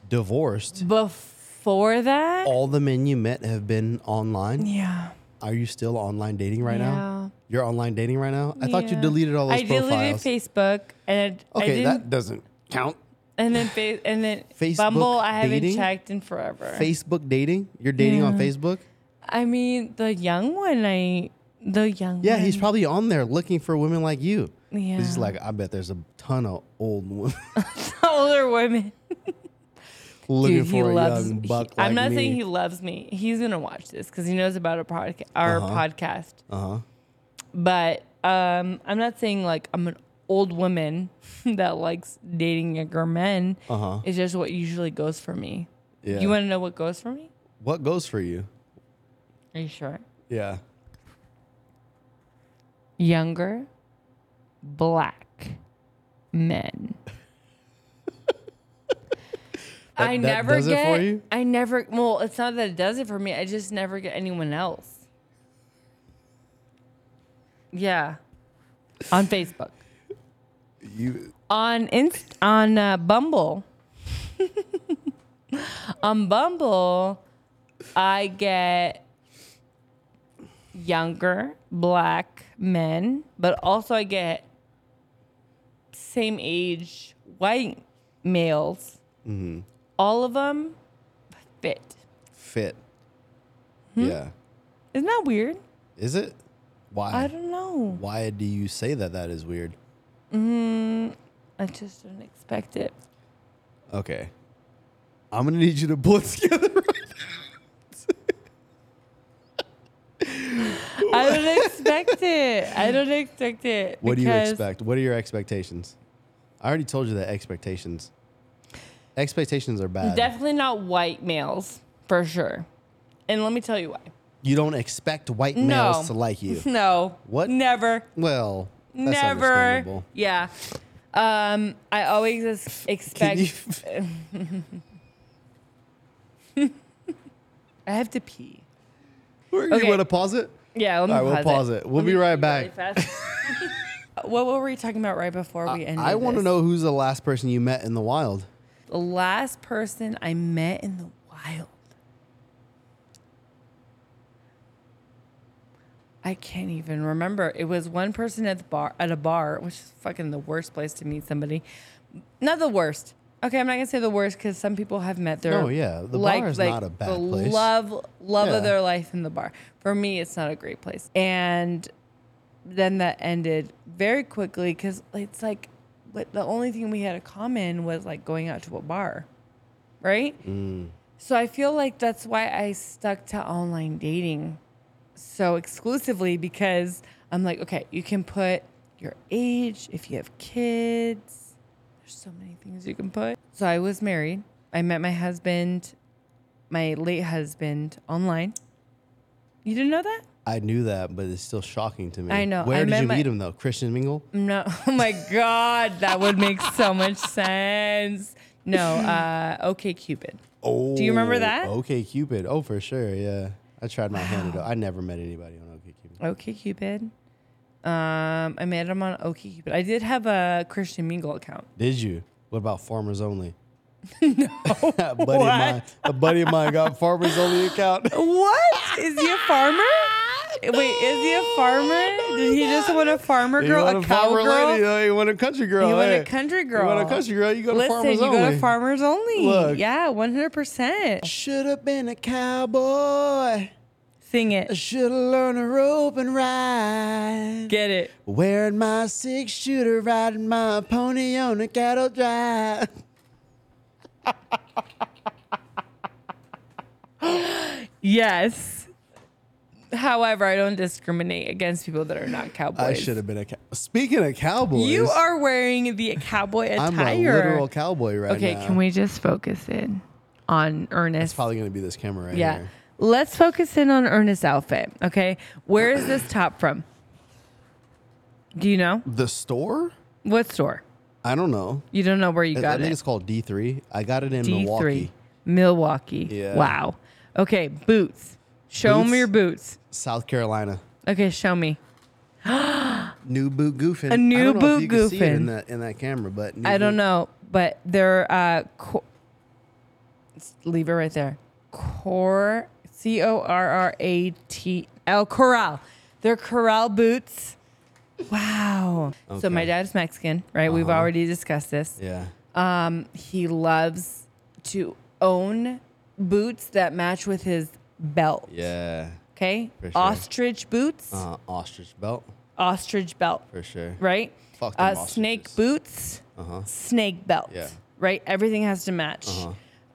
S1: divorced,
S2: Before that,
S1: all the men you met have been online.
S2: yeah.
S1: Are you still online dating right
S2: Yeah.
S1: now? You're online dating right now? I thought you
S2: yeah.
S1: deleted all those
S2: I deleted
S1: profiles.
S2: Facebook and I,
S1: okay,
S2: didn't
S1: that doesn't count.
S2: And then fa- and then
S1: Facebook
S2: Bumble, I haven't
S1: dating?
S2: checked in forever.
S1: Facebook dating? You're dating on Facebook?
S2: I mean, the young one, I the young
S1: Yeah,
S2: one.
S1: he's probably on there looking for women like you.
S2: Yeah.
S1: He's like, I bet there's a ton of old women
S2: older women.
S1: looking
S2: Dude,
S1: for
S2: he
S1: a
S2: loves.
S1: young
S2: he-
S1: buck like
S2: I'm not
S1: me.
S2: saying he loves me. He's gonna watch this because he knows about a podca- our podcast.
S1: uh-huh.
S2: But um, I'm not saying like I'm an old woman that likes dating younger men.
S1: Uh-huh.
S2: It's just what usually goes for me.
S1: Yeah.
S2: You want to know what goes for me?
S1: what goes for you?
S2: Are you sure?
S1: Yeah.
S2: younger black men. I
S1: that
S2: never
S1: does it
S2: get.
S1: for you?
S2: I never. Well, it's not that it does it for me. I just never get anyone else. Yeah, on Facebook,
S1: You
S2: on Inst, on uh, Bumble. On Bumble, I get younger black men, but also I get same age white males.
S1: Mm-hmm.
S2: All of them fit.
S1: Fit.
S2: Hmm?
S1: Yeah.
S2: Isn't that weird?
S1: Is it? Why?
S2: I don't know.
S1: Why do you say that? That is weird.
S2: I just didn't expect it.
S1: Okay. I'm gonna need you to pull it together.
S2: I don't expect it. I don't expect it.
S1: what do you
S2: because
S1: expect? What are your expectations? I already told you that expectations. Expectations are bad.
S2: Definitely not white males, for sure. And let me tell you why.
S1: you don't expect white
S2: No.
S1: males to like you.
S2: No.
S1: What?
S2: Never.
S1: Well, that's
S2: never.
S1: understandable.
S2: Yeah. Um, I always ex-
S1: Can
S2: expect.
S1: you,
S2: I have to pee.
S1: you
S2: Okay.
S1: want to pause it?
S2: Yeah, let me
S1: All right, we'll
S2: pause,
S1: pause it. We'll be right back.
S2: what were we talking about right before we ended?
S1: I want to
S2: this?
S1: know who's the last person you met in the wild.
S2: the last person I met in the wild. I can't even remember. It was one person at the bar at a bar, which is fucking the worst place to meet somebody. Not the worst. Okay, I'm not gonna say the worst because some people have met their.
S1: No, yeah, the
S2: like-
S1: bar is
S2: like
S1: not a bad
S2: the
S1: place.
S2: Love, love
S1: Yeah.
S2: of their life in the bar. For me, it's not a great place. And then that ended very quickly because it's like what the only thing we had in common was like going out to a bar right so i feel like that's why i stuck to online dating so exclusively because i'm like okay you can put your age if you have kids there's so many things you can put so i was married i met my husband my late husband online you didn't know that
S1: I knew that, but it's still shocking to me.
S2: I know.
S1: Where
S2: I
S1: did
S2: met
S1: you
S2: my-
S1: meet him though? Christian Mingle?
S2: No. Oh my God. That would make so much sense. No. Uh, okay, Cupid.
S1: Oh,
S2: Do you remember that?
S1: Okay, Cupid. Oh, for sure. Yeah, I tried my hand at it. I never met anybody on OK Cupid.
S2: Okay, Cupid. Um, I met him on Okay Cupid. I did have a Christian Mingle account.
S1: Did you? What about farmers only? no. a buddy of mine. A buddy of mine got farmers only account.
S2: What? Is he a farmer? Wait, is he a farmer? Did he just want a farmer
S1: You
S2: girl,
S1: want
S2: a cowgirl?
S1: lady? though, You want a country girl?
S2: You want
S1: hey.
S2: a country girl?
S1: You want a country girl? You go to
S2: Listen,
S1: farmers
S2: you
S1: only.
S2: go to farmers only.
S1: Look.
S2: Yeah, one hundred percent.
S1: Should have been a cowboy.
S2: Sing
S1: I
S2: it.
S1: should have learned to rope and ride.
S2: Get it.
S1: Wearing my six shooter, riding my pony on a cattle drive.
S2: Yes. However, I don't discriminate against people that are not cowboys.
S1: I should have been a cow. Speaking of cowboys,
S2: You are wearing the cowboy attire.
S1: I'm a literal cowboy right
S2: okay,
S1: now.
S2: can we just focus in on
S1: It's
S2: Ernest?
S1: probably gonna be this camera right
S2: yeah.
S1: here.
S2: Let's focus in on Ernest's outfit. Okay. Where is this top from? Do you know?
S1: The store?
S2: What store?
S1: I don't know.
S2: You don't know where you
S1: I- I
S2: got
S1: think
S2: it.
S1: it's called D3. I got it in
S2: D3.
S1: Milwaukee,
S2: Milwaukee.
S1: Yeah.
S2: Wow. Okay, boots. Show
S1: Boots?
S2: me your boots.
S1: South Carolina.
S2: Okay, show me.
S1: New boot goofing.
S2: A new
S1: I don't know if
S2: boot
S1: you can see it in
S2: goofing.
S1: that in that camera, but new
S2: I don't
S1: boot-
S2: know, but they're uh, co- Let's leave it right there. Cor C O R R A T L Corral. They're Corral boots. Wow. So my
S1: Okay. Uh-huh.
S2: dad's Mexican, right? We've already discussed this.
S1: Yeah.
S2: Um, he loves to own boots that match with his belt.
S1: Yeah.
S2: Okay,
S1: For sure.
S2: ostrich boots,
S1: Uh, ostrich belt
S2: ostrich belt,
S1: for sure.
S2: right?
S1: Fuck them
S2: uh, snake
S1: ostriches.
S2: boots, snake belt,
S1: Yeah. Uh-huh.
S2: right? Everything has to match.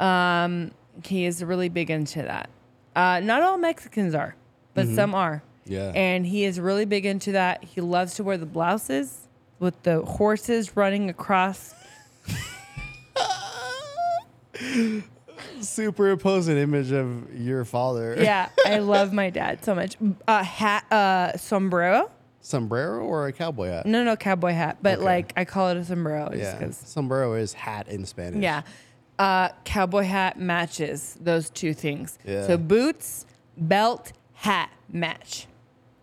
S2: Um, he is really big into that. Uh, not all Mexicans are, but some are.
S1: Mm-hmm. Yeah.
S2: And he is really big into that. He loves to wear the blouses with the horses running across.
S1: Superimpose an image of your father.
S2: Yeah, I love my dad so much. Uh, hat, uh, sombrero.
S1: Sombrero or a cowboy hat?
S2: No, no, cowboy hat, but
S1: Okay.
S2: like I call it a sombrero Mm, just
S1: Yeah.
S2: 'cause-
S1: Sombrero is hat in Spanish.
S2: Yeah. Uh, cowboy hat matches those two things.
S1: Yeah.
S2: So boots, belt, hat match.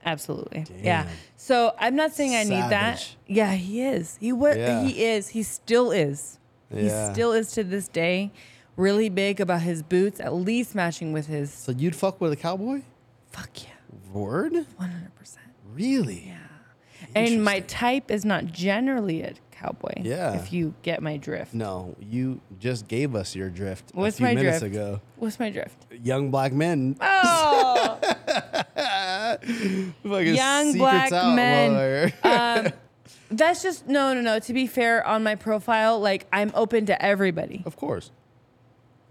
S2: Absolutely. Yeah.
S1: Damn.
S2: So I'm not saying I need that.
S1: Savage.
S2: Yeah, he is. He wa-
S1: Yeah.
S2: he is. He still is. He
S1: Yeah.
S2: still is to this day. really big about his boots, at least matching with his.
S1: So you'd fuck with a cowboy?
S2: Fuck yeah,
S1: Word?
S2: one hundred percent.
S1: Really? Yeah.
S2: And my type is not generally a cowboy.
S1: Yeah.
S2: If you get my drift.
S1: No, you just gave us your drift
S2: What's
S1: a few
S2: my
S1: minutes
S2: drift?
S1: ago.
S2: What's my drift?
S1: Young black men.
S2: Oh.
S1: Fucking
S2: Young
S1: secrets
S2: black
S1: out,
S2: men. Ah.
S1: lawyer.
S2: That's just no, no, no. To be fair, on my profile, like I'm open to everybody.
S1: of course.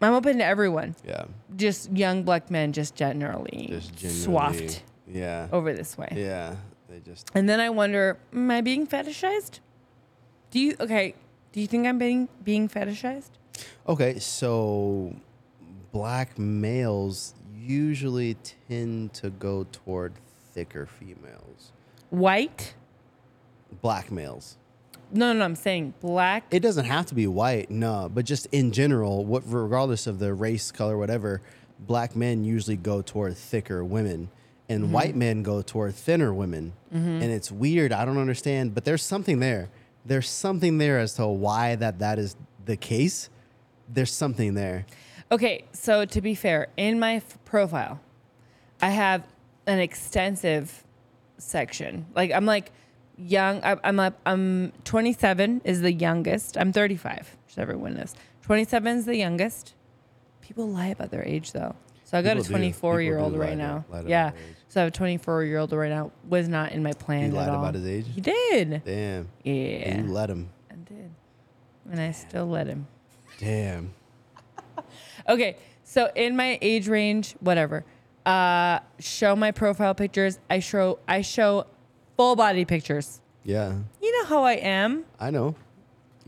S2: I'm open to everyone.
S1: Yeah.
S2: Just young black men, just generally,
S1: Just genuinely.
S2: swaffed
S1: Yeah.
S2: over this way.
S1: Yeah. They just.
S2: And then I wonder, am I being fetishized? Do you okay? Do you think I'm being being fetishized?
S1: Okay, so black males usually tend to go toward thicker females.
S2: White?
S1: Black males.
S2: No, no, no I'm saying black.
S1: It doesn't have to be white, no, but just in general, what regardless of the race, color, whatever, black men usually go toward thicker women and white men go toward thinner women. And it's weird, I don't understand, but there's something there. There's something there as to why that that is the case. There's something there.
S2: Okay, so to be fair, in my f- profile, I have an extensive section. Like I'm like young. I, I'm up. I'm 27 is the youngest. I'm 35. Just so everyone knows. 27 is the youngest. People lie about their age though. So I got
S1: People do.
S2: a 24 year
S1: People
S2: old
S1: do lie
S2: right
S1: to-
S2: now.
S1: lie to
S2: Yeah.
S1: their age.
S2: So I have a 24 year old right now. Was not in my plan.
S1: He
S2: at
S1: lied
S2: all.
S1: about his age.
S2: He did.
S1: Damn.
S2: Yeah.
S1: And you let him.
S2: I did. And I still let him.
S1: Damn.
S2: Okay, so in my age range, whatever, uh, show my profile pictures. I show I show full body pictures.
S1: Yeah,
S2: You know how I am.
S1: I know. You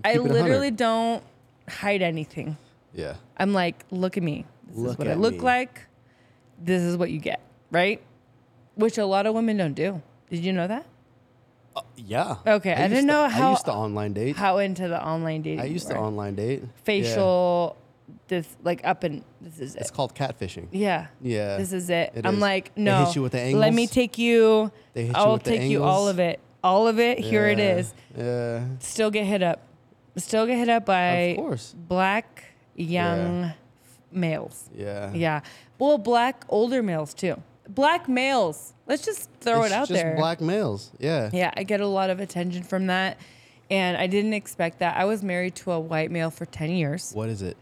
S2: I
S1: keep it a
S2: literally
S1: hundred.
S2: don't hide anything.
S1: Yeah.
S2: I'm like, look at me. This
S1: Look
S2: is what I
S1: at
S2: look
S1: me.
S2: like. This is what you get, right? Which a lot of women don't do. Did you know that?
S1: Uh, Yeah.
S2: Okay, I
S1: used
S2: didn't
S1: to-
S2: know
S1: I
S2: how-
S1: used to online date.
S2: How into the online dating?
S1: I used to
S2: were.
S1: online date. Yeah.
S2: facial. This like up and this is it.
S1: It's called catfishing.
S2: Yeah.
S1: Yeah,
S2: This is it.
S1: it
S2: I'm
S1: is.
S2: like,
S1: They
S2: no.
S1: hit you with the
S2: Let me
S1: angles.
S2: take you.
S1: They hit you
S2: I'll
S1: with the
S2: take you all
S1: angles.
S2: of it. All of it. Here it
S1: Yeah,
S2: is.
S1: Yeah.
S2: Still get hit up. Still get hit up by
S1: Of course.
S2: black young f- males.
S1: Yeah.
S2: Yeah. Well, black older males too. Black males. Let's just throw
S1: It's
S2: it out
S1: just
S2: there.
S1: black males. Yeah.
S2: Yeah, I get a lot of attention from that. And I didn't expect that. I was married to a white male for 10 years.
S1: What is it?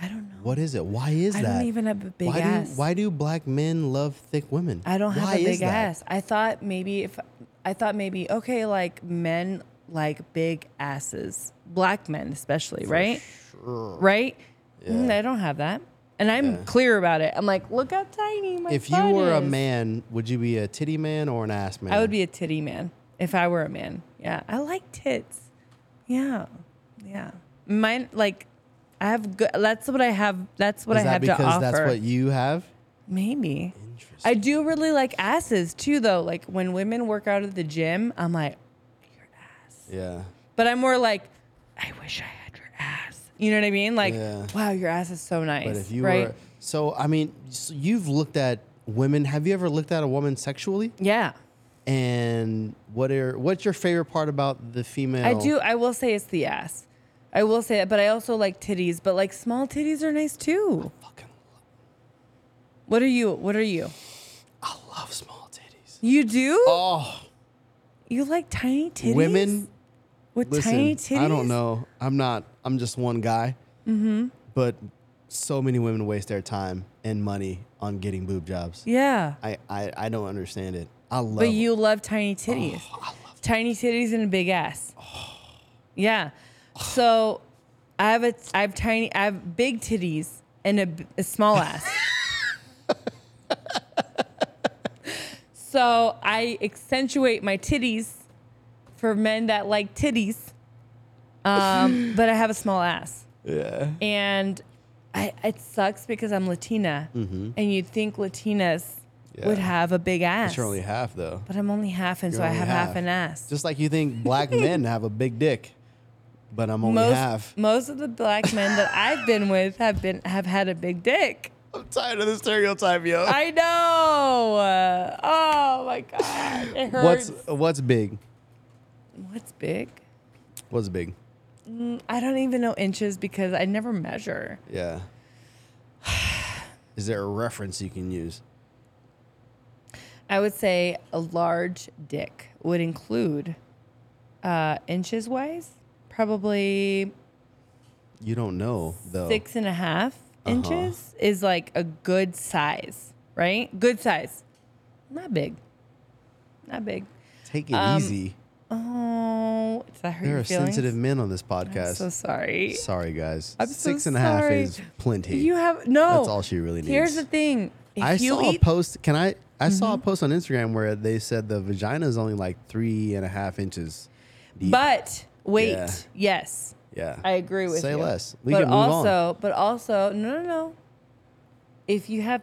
S2: I don't know.
S1: What is it? Why is
S2: I
S1: that?
S2: don't even have a big
S1: why
S2: ass.
S1: Do, why do black men love thick women?
S2: I don't have
S1: Why
S2: a
S1: is
S2: big
S1: that?
S2: ass. I thought maybe if I thought maybe okay, like men like big asses, black men especially, right? Right? Mm, I don't have that, and I'm clear about it. I'm like, look how tiny my.
S1: If you
S2: butt
S1: were a
S2: is."
S1: man, would you be a titty man or an ass man?
S2: I would be a titty man if I were a man. Yeah, I like tits. Yeah, yeah. Mine like, I have good. That's what I have. That's what
S1: Is
S2: I
S1: that
S2: have
S1: because
S2: to offer.
S1: that's what you have?
S2: Maybe.
S1: Interesting.
S2: I do really like asses too, though. Like when women work out at the gym, I'm like,
S1: Yeah.
S2: but I'm more like, I wish I had your ass. You know what I mean? Like,
S1: Yeah.
S2: wow, your ass is so nice.
S1: But if you
S2: right?
S1: were, so I mean, so you've looked at women. Have you ever looked at a woman sexually?
S2: yeah,
S1: And what are what's your favorite part about the female?
S2: I do. I will say it's the ass. I will say it, but I also like titties. But like small titties are nice too.
S1: Fucking,
S2: What are you? What are you?
S1: I love small titties.
S2: You do?
S1: Oh,
S2: You like tiny titties?
S1: women,
S2: with
S1: listen.
S2: tiny titties?
S1: I don't know. I'm not. I'm just one guy. Mm-hmm. But so many women waste their time and money on getting boob jobs.
S2: Yeah,
S1: I, I I don't understand it. I love.
S2: but you love tiny titties. tiny titties and a big ass. Yeah. So I have a I have tiny I have big titties and a, b- a small ass. so I accentuate my titties for men that like titties. Um, but I have a small ass.
S1: Yeah.
S2: And I, it sucks because I'm Latina. And you'd think Latinas would
S1: Yeah.
S2: have a big ass.
S1: It's only half though.
S2: But I'm only half, and
S1: You're
S2: so I
S1: only
S2: have half, an ass.
S1: Just like you think black men have a big dick, but I'm only
S2: most
S1: half.
S2: most of the black men that I've been with have been have had a big dick.
S1: I'm tired of the stereotype, yo.
S2: I know. Uh, oh my god, it hurts.
S1: What's
S2: What's,
S1: what's big?
S2: big?
S1: What's big?
S2: I don't even know inches because I never measure.
S1: Yeah. Is there a reference you can use?
S2: I would say a large dick would include uh, inches wise, probably
S1: You don't know though.
S2: six and a half
S1: Uh-huh.
S2: inches is like a good size, right? Good size. Not big. Not big.
S1: Take it
S2: um,
S1: easy.
S2: Oh, is that hurt
S1: There
S2: your
S1: are
S2: feelings?
S1: sensitive men on this podcast.
S2: I'm so sorry.
S1: sorry, guys.
S2: I'm so
S1: Six and a half
S2: sorry.
S1: is plenty.
S2: You have no.
S1: That's all she really
S2: Here's the
S1: needs.
S2: thing. If
S1: I
S2: you
S1: saw
S2: eat Mm-hmm.
S1: a post. Can I? I saw a post on Instagram where they said the vagina is only like three and a half inches. Deep.
S2: But wait,
S1: Yeah.
S2: yes,
S1: yeah,
S2: I agree with
S1: Say
S2: you.
S1: less. We
S2: but
S1: can move on.
S2: also, but also, no, no, no. If you have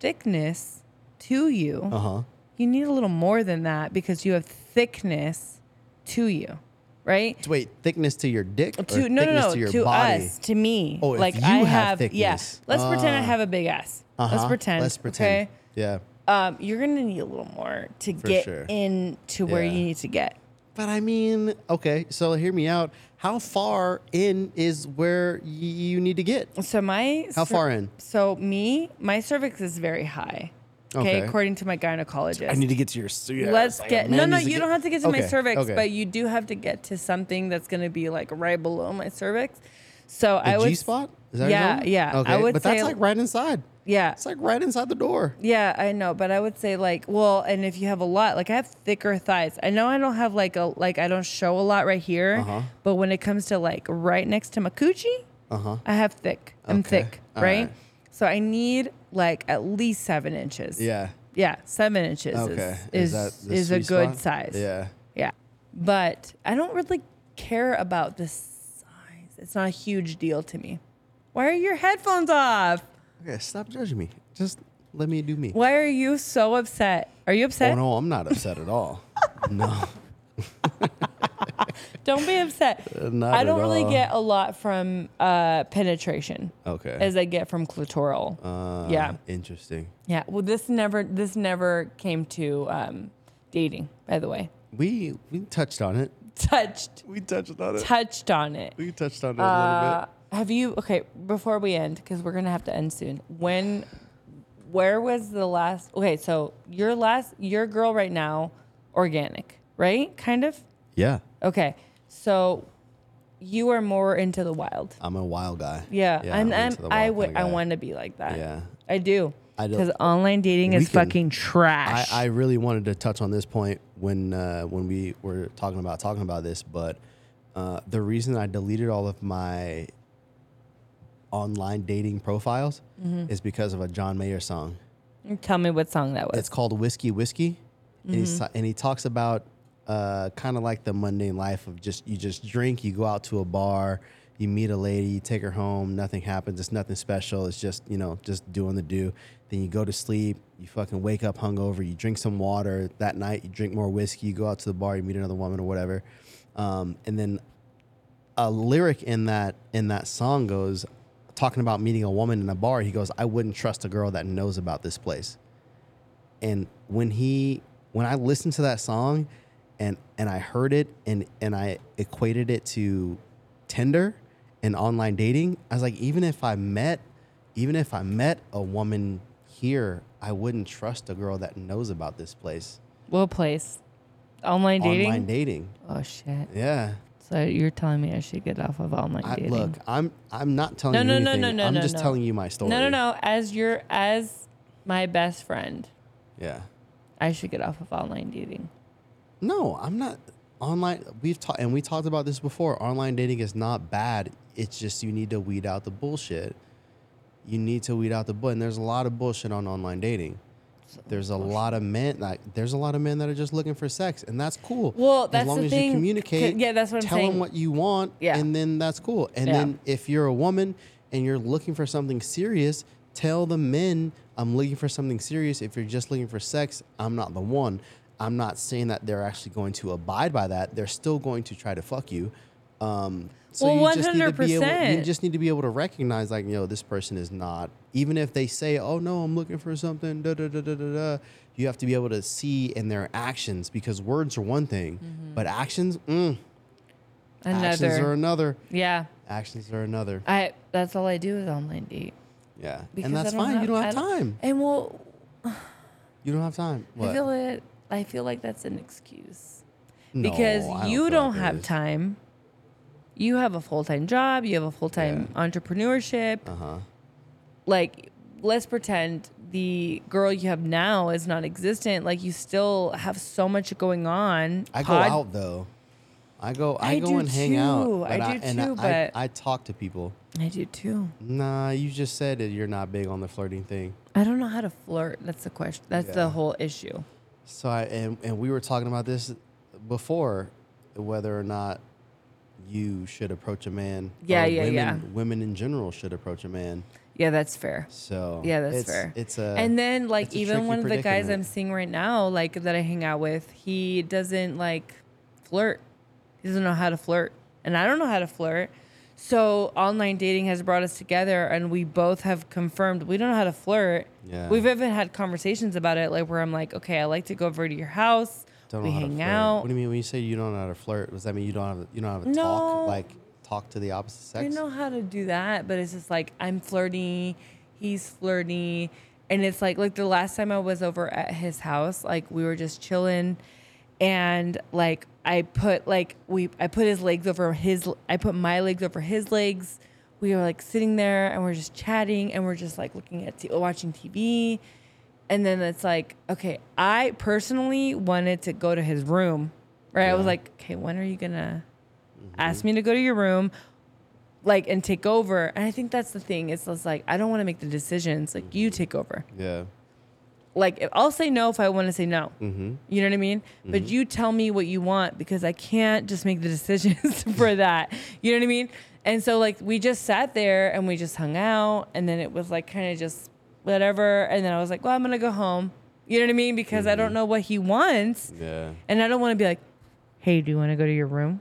S2: thickness to you,
S1: uh huh.
S2: you need a little more than that because you have thickness to you, right?
S1: Wait, thickness to your dick? Or
S2: To no, no,
S1: thickness
S2: no,
S1: to
S2: to,
S1: your body?
S2: us, to me.
S1: Oh, if
S2: like
S1: you
S2: I
S1: have
S2: have, yeah.
S1: thickness.
S2: Let's pretend I
S1: Ah.
S2: have a big ass. Let's
S1: Uh-huh.
S2: pretend.
S1: Let's pretend.
S2: Okay.
S1: Yeah.
S2: Um, you're gonna need a little more to
S1: For
S2: get
S1: sure.
S2: into where
S1: Yeah.
S2: you need to get.
S1: But I mean, okay, so hear me out. How far in is where y- you need to get?
S2: So my
S1: How
S2: cer-
S1: far in?
S2: So me, my cervix is very high. Okay,
S1: Okay.
S2: according to my gynecologist.
S1: to get to your. so yeah,
S2: Let's
S1: it's like a
S2: get no,
S1: man
S2: no.
S1: needs
S2: You don't have to get to my
S1: Okay,
S2: cervix,
S1: okay.
S2: but you do have to get to something that's going to be like right below my cervix. So I
S1: the
S2: would
S1: G spot. Is that what
S2: Yeah,
S1: you're talking
S2: yeah,
S1: about?
S2: I
S1: Okay,
S2: would
S1: but
S2: say-
S1: that's like right inside.
S2: Yeah,
S1: It's like right inside the door.
S2: yeah, I know, but I would say like, well, and if you have a lot, like I have thicker thighs. I know I don't have like a like I don't show a lot right here,
S1: Uh-huh.
S2: but when it comes to like right next to my coochie,
S1: Uh huh.
S2: I have thick. I'm
S1: Okay.
S2: thick,
S1: All
S2: right?
S1: right.
S2: So I need like at least seven inches.
S1: Yeah.
S2: Yeah, seven inches
S1: Okay.
S2: is
S1: that
S2: is,
S1: the
S2: is a
S1: sweet
S2: good
S1: spot?
S2: size.
S1: Yeah.
S2: Yeah. But I don't really care about the size. It's not a huge deal to me. Why are your headphones off?
S1: Okay. Stop judging me. Just let me do me.
S2: Why are you so upset? Are you
S1: Oh
S2: upset?
S1: no, I'm not upset at all. no.
S2: Don't be upset.
S1: Not
S2: I don't
S1: at
S2: really
S1: all.
S2: get a lot from uh, penetration
S1: Okay.
S2: as I get from clitoral.
S1: uh,
S2: yeah.
S1: Interesting.
S2: yeah. Well, this never this never came to um, dating, by the way.
S1: We we touched on it.
S2: Touched
S1: We touched on it.
S2: touched on it.
S1: we touched on it a little
S2: Uh,
S1: bit.
S2: have you okay before we end because we're gonna have to end soon when where was the last okay so your last your girl right now organic right kind of
S1: Yeah.
S2: okay so you are more into the wild
S1: I'm a wild guy.
S2: yeah, and
S1: I'm
S2: I'm,
S1: into the
S2: i
S1: wild
S2: would
S1: kinda
S2: i
S1: guy.
S2: want to be like that
S1: Yeah.
S2: i do
S1: I don't-
S2: because online dating
S1: We
S2: is
S1: can-
S2: fucking trash
S1: I, I really wanted to touch on this point when uh, when we were talking about talking about this, but uh, the reason I deleted all of my online dating profiles
S2: Mm-hmm.
S1: is because of a John Mayer song.
S2: tell me what song that was
S1: It's called Whiskey Whiskey, and, he's, ta- and he talks about uh, kind of like the mundane life of just you just drink, you go out to a bar, you meet a lady, you take her home, nothing happens, it's nothing special, it's just you know just doing the do. Then you go to sleep, you fucking wake up hungover, you drink some water that night, you drink more whiskey, you go out to the bar, you meet another woman or whatever, um, and then a lyric in that in that song goes talking about meeting a woman in a bar he goes i wouldn't trust a girl that knows about this place and when he when i listened to that song and and i heard it and and i equated it to tinder and online dating i was like even if i met even if i met a woman here i wouldn't trust a girl that knows about this place
S2: what place online dating
S1: online dating
S2: oh shit
S1: yeah
S2: so you're telling me i should get off of online
S1: I,
S2: dating
S1: look i'm i'm not telling
S2: No,
S1: you
S2: no, no,
S1: anything.
S2: no, no,
S1: i'm
S2: no,
S1: just
S2: no.
S1: telling you my story
S2: No, no, no. As your as my best friend,
S1: Yeah.
S2: I should get off of online dating.
S1: No, I'm not online. We've talked and we talked about this before. Online dating is not bad. It's just you need to weed out the bullshit. You need to weed out the bull. And there's a lot of bullshit on online dating. There's a lot of men like there's a lot of men that are just looking for sex, and that's cool.
S2: Well,
S1: as
S2: that's
S1: long
S2: the
S1: as
S2: thing.
S1: you communicate.
S2: Yeah, that's what I'm
S1: tell
S2: saying.
S1: them what you want,
S2: Yeah.
S1: and then that's cool. And
S2: Yeah.
S1: then if you're a woman and you're looking for something serious, tell the men, I'm looking for something serious. If you're just looking for sex, I'm not the one. I'm not saying that they're actually going to abide by that. They're still going to try to fuck you. Um, so
S2: Well,
S1: you just need to be able, you
S2: 100%.
S1: just need to be able to recognize, like, you know, this person is not. Even if they say, "Oh no, I'm looking for something," da da da da da da, you have to be able to see in their actions because words are one thing, but actions, mm, Actions
S2: Mm-hmm. Another.
S1: are another.
S2: Yeah.
S1: Actions are another.
S2: I that's all I do is online date.
S1: Yeah.
S2: Because
S1: and that's
S2: I don't
S1: fine.
S2: have-
S1: you don't
S2: I
S1: have time.
S2: And well,
S1: You don't have time. What?
S2: I feel it. I feel like that's an excuse
S1: No,
S2: because
S1: I
S2: you
S1: feel
S2: don't
S1: like it
S2: have
S1: is.
S2: time. You have a full time job. You have a full time entrepreneurship.
S1: Uh-huh.
S2: Like, let's pretend the girl you have now is not existent. Like, you still have so much going on.
S1: I go
S2: Pod-
S1: out though. I go. I,
S2: I
S1: go
S2: do
S1: and hang out.
S2: too. I
S1: but
S2: do
S1: and
S2: too,
S1: I,
S2: but-
S1: I talk to people.
S2: I do too.
S1: Nah, you just said that you're not big on the flirting thing.
S2: I don't know how to flirt. That's the question. That's
S1: Yeah.
S2: the whole issue.
S1: So I and, and we were talking about this before, whether or not you should approach a man.
S2: Yeah,
S1: or
S2: yeah,
S1: women,
S2: yeah.
S1: Women in general should approach a man.
S2: Yeah, that's fair.
S1: So
S2: Yeah, that's
S1: it's,
S2: fair.
S1: It's a
S2: and then like
S1: it's Uh, a
S2: even
S1: tricky
S2: one of the guys
S1: predicament.
S2: I'm seeing right now, like that I hang out with, he doesn't like flirt. He doesn't know how to flirt, and I don't know how to flirt. So online dating has brought us together, and we both have confirmed we don't know how to flirt.
S1: Yeah.
S2: We've even had conversations about it, like where I'm like, okay, I like to go over to your house.
S1: don't know
S2: we
S1: how to
S2: hang
S1: flirt.
S2: out.
S1: What do you mean when you say you don't know how to flirt? Does that mean you don't have you don't have a
S2: No.
S1: talk like talk to the opposite sex?
S2: I know how to do that, but it's just like I'm flirty, he's flirty, and it's like like the last time I was over at his house, like we were just chilling, and like I put like we I put his legs over his I put my legs over his legs. We were like sitting there and we're just chatting and we're just like looking at t- watching TV. And then it's like, okay, I personally wanted to go to his room, right? I was
S1: Yeah.
S2: like, okay, when are you gonna ask me to go to your room? like and take over. And I think that's the thing. It's just like I don't want to make the decisions. Like you take over.
S1: Yeah.
S2: Like if, I'll say no if I want to say no.
S1: Mm-hmm.
S2: You know what I mean? But you tell me what you want because I can't just make the decisions for that. You know what I mean? And so like we just sat there and we just hung out and then it was like kind of just whatever and then I was like, "Well, I'm going to go home." You know what I mean? Because I
S1: Mm-hmm.
S2: don't know what he wants
S1: Yeah.
S2: and I don't want to be like, "Hey, do you want to go to your room?"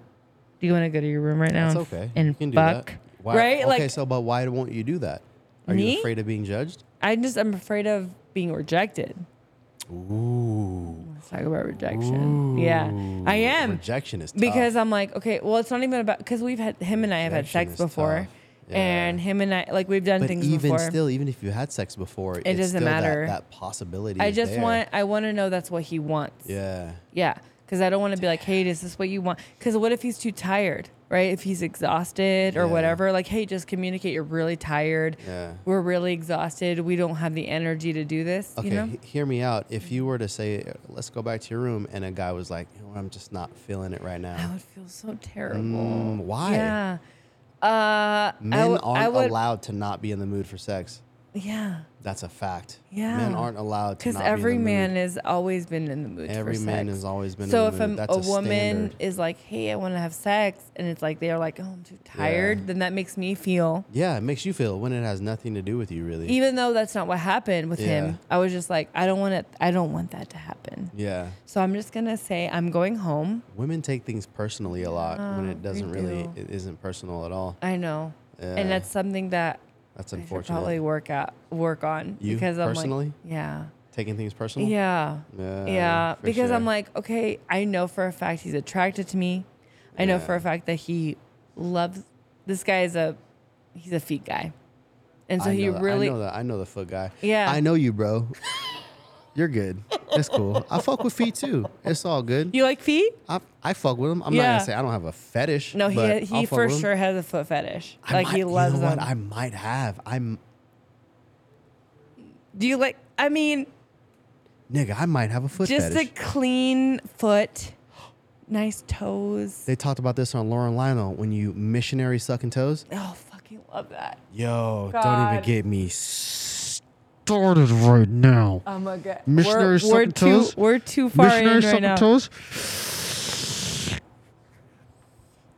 S2: Do you want to go to your room right now?
S1: That's
S2: and-
S1: okay.
S2: Um, And
S1: you can
S2: fuck,
S1: do that. Why,
S2: right?
S1: Okay,
S2: like
S1: so but why won't you do that? Are
S2: Me?
S1: you afraid of being judged?
S2: I just I'm afraid of being rejected.
S1: Ooh.
S2: Let's talk about rejection. Yeah, I am
S1: Rejection is tough.
S2: because I'm like okay. Well, it's not even about because we've had him and I have had
S1: Rejection
S2: sex
S1: is
S2: before,
S1: tough. Yeah.
S2: and him and I like we've done
S1: but
S2: things
S1: even
S2: before.
S1: still, even if you had sex before, it
S2: doesn't matter.
S1: That, that possibility.
S2: I
S1: is
S2: just
S1: there.
S2: want I want to know that's what he wants.
S1: Yeah.
S2: Yeah, because I don't want to be like, hey, is this what you want? Because what if he's too tired, right? If he's exhausted or
S1: Yeah.
S2: whatever, like, hey, just communicate. You're really tired.
S1: Yeah.
S2: We're really exhausted. We don't have the energy to do this.
S1: Okay.
S2: You know?
S1: he- hear me out. If you were to say, "Let's go back to your room," and a guy was like, you know, what, "I'm just not feeling it right
S2: I
S1: now,"
S2: would feel so terrible.
S1: Mm, why?
S2: Yeah. Uh,
S1: men
S2: I w-
S1: aren't
S2: I would,
S1: allowed to not be in the mood for sex.
S2: Yeah,
S1: That's a fact. Men
S2: Yeah.
S1: aren't allowed to.
S2: because
S1: not be in
S2: every
S1: the
S2: man
S1: mood.
S2: has always been in the mood.
S1: Every
S2: for
S1: man
S2: sex.
S1: has always been.
S2: So
S1: in
S2: if
S1: the mood.
S2: I'm,
S1: That's
S2: a woman
S1: standard.
S2: is like, "Hey, I want to have sex," and it's like they're like, "Oh, I'm too tired," then that makes me feel.
S1: Yeah, it makes you feel when it has nothing to do with you, really.
S2: Even though that's not what happened with
S1: Yeah.
S2: him, I was just like, "I don't want it. I don't want that to happen."
S1: yeah,
S2: So I'm just gonna say I'm going home.
S1: women take things personally a lot when
S2: Yeah,
S1: it doesn't
S2: Ah, we
S1: really,
S2: do.
S1: it isn't personal at all.
S2: I know,
S1: Yeah.
S2: and that's something that
S1: That's
S2: I should
S1: unfortunate.
S2: probably work out, work on
S1: You
S2: because I'm
S1: personally?
S2: like, yeah.
S1: Taking things personal.
S2: Yeah.
S1: Yeah,
S2: Yeah.
S1: Um, for
S2: Because I'm
S1: sure.
S2: like, okay, I know for a fact he's attracted to me. I know for
S1: Yeah.
S2: a fact that he loves this guy is a he's a feet guy. And so
S1: I
S2: he
S1: know that-
S2: really
S1: I know that. I know the foot guy.
S2: Yeah.
S1: I know you, bro. You're good. It's cool. I fuck with feet too. It's all good.
S2: You like feet?
S1: I, I fuck with them. I'm not
S2: Yeah.
S1: gonna say I don't have a fetish.
S2: No, he
S1: but I'll
S2: he
S1: fuck
S2: for
S1: with 'em.
S2: sure has a foot fetish.
S1: I
S2: like
S1: might,
S2: he loves
S1: you know
S2: them.
S1: What? I might have. I'm
S2: Do you like I mean,
S1: nigga. I might have a foot
S2: just
S1: fetish.
S2: a clean foot, nice toes.
S1: they talked about this on Lauren Lionel when you missionary sucking toes.
S2: Oh, fucking love that.
S1: Yo, don't even
S2: God.
S1: get me started right now.
S2: Oh my god.
S1: Missionary
S2: we're, we're
S1: sucking
S2: too
S1: toes?
S2: we're too far in right now.
S1: toes.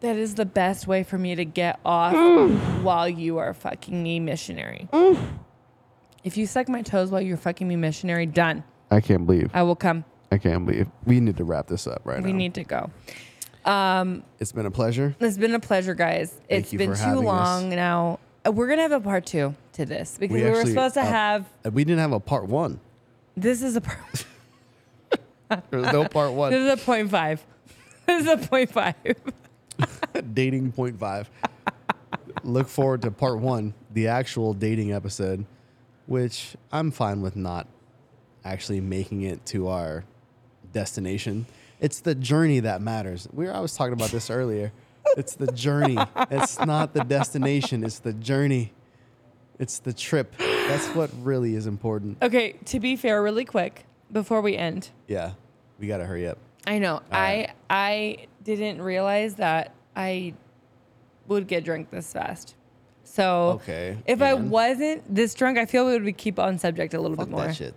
S2: That is the best way for me to get off
S1: Mm.
S2: while you are fucking me missionary. If you suck my toes while you're fucking me missionary, done.
S1: I can't believe.
S2: I will come.
S1: I can't believe. We need to wrap this up right
S2: We
S1: now.
S2: need to go. Um,
S1: it's been a pleasure.
S2: it's been a pleasure, guys.
S1: Thank
S2: it's
S1: you
S2: been
S1: for
S2: too
S1: having
S2: long
S1: us.
S2: now. Uh, We're gonna have a part two to this because
S1: We
S2: we, were
S1: actually,
S2: supposed to
S1: uh,
S2: have.
S1: We didn't have a part one.
S2: This is a part.
S1: There was no part
S2: this
S1: one.
S2: is a point five. This is a point five.
S1: dating point five. Look forward to part one, the actual dating episode, which I'm fine with not actually making it to our destination. It's the journey that matters. We were, I was talking about this earlier. It's the journey. It's not the destination. It's the journey. It's the trip. That's what really is important.
S2: Okay, to be fair, really quick before we end,
S1: Yeah, we gotta hurry up.
S2: I know I I didn't realize that I would get drunk this fast. So
S1: Okay,
S2: if I
S1: and?
S2: wasn't this drunk, I feel we would keep on subject a little
S1: Fuck
S2: bit more.
S1: that shit.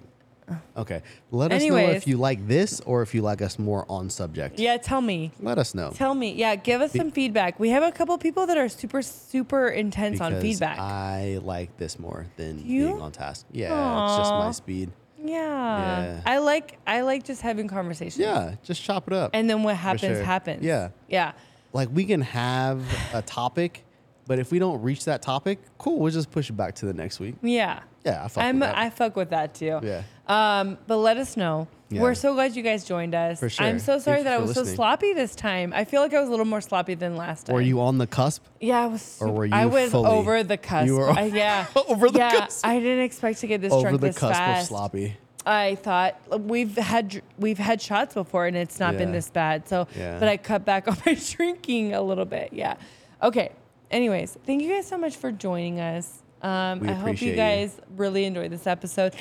S1: Okay, let us know
S2: Anyways.
S1: if you like this or if you like us more on subject.
S2: Yeah, tell me.
S1: Let us know.
S2: Tell me. Yeah, give us some feedback. We have a couple people that are super super intense on
S1: because
S2: feedback.
S1: I like this more than
S2: You?
S1: being on task. Yeah, it's just my
S2: Aw.
S1: speed.
S2: yeah.
S1: Yeah.
S2: I like I like just having conversations.
S1: Yeah, just chop it up.
S2: And then what happens
S1: sure.
S2: happens.
S1: Yeah.
S2: Yeah.
S1: like we can have a topic, but if we don't reach that topic, cool, we'll just push it back to the next week.
S2: Yeah.
S1: Yeah, I fuck
S2: I'm
S1: with that.
S2: I fuck with that too.
S1: yeah.
S2: Um, but let us know.
S1: Yeah.
S2: We're so glad you guys joined us.
S1: For sure.
S2: I'm so sorry
S1: Thank you
S2: that I
S1: for
S2: was
S1: listening.
S2: so sloppy this time. I feel like I was a little more sloppy than last time.
S1: Were you on the cusp?
S2: Yeah, I was.
S1: Or
S2: super-
S1: were
S2: I
S1: you
S2: was
S1: fully-
S2: over the cusp.
S1: You were
S2: I- yeah,
S1: over the
S2: yeah,
S1: cusp.
S2: I didn't expect to get this
S1: Over
S2: drunk
S1: the
S2: this
S1: cusp of
S2: fast.
S1: sloppy.
S2: I thought we've had dr- we've had shots before and it's not been
S1: Yeah.
S2: this bad. So,
S1: Yeah.
S2: but I cut back on my drinking a little bit. Yeah. Okay. Anyways, thank you guys so much for joining us. Um,
S1: We
S2: I hope
S1: appreciate
S2: you
S1: you.
S2: guys really enjoyed this episode.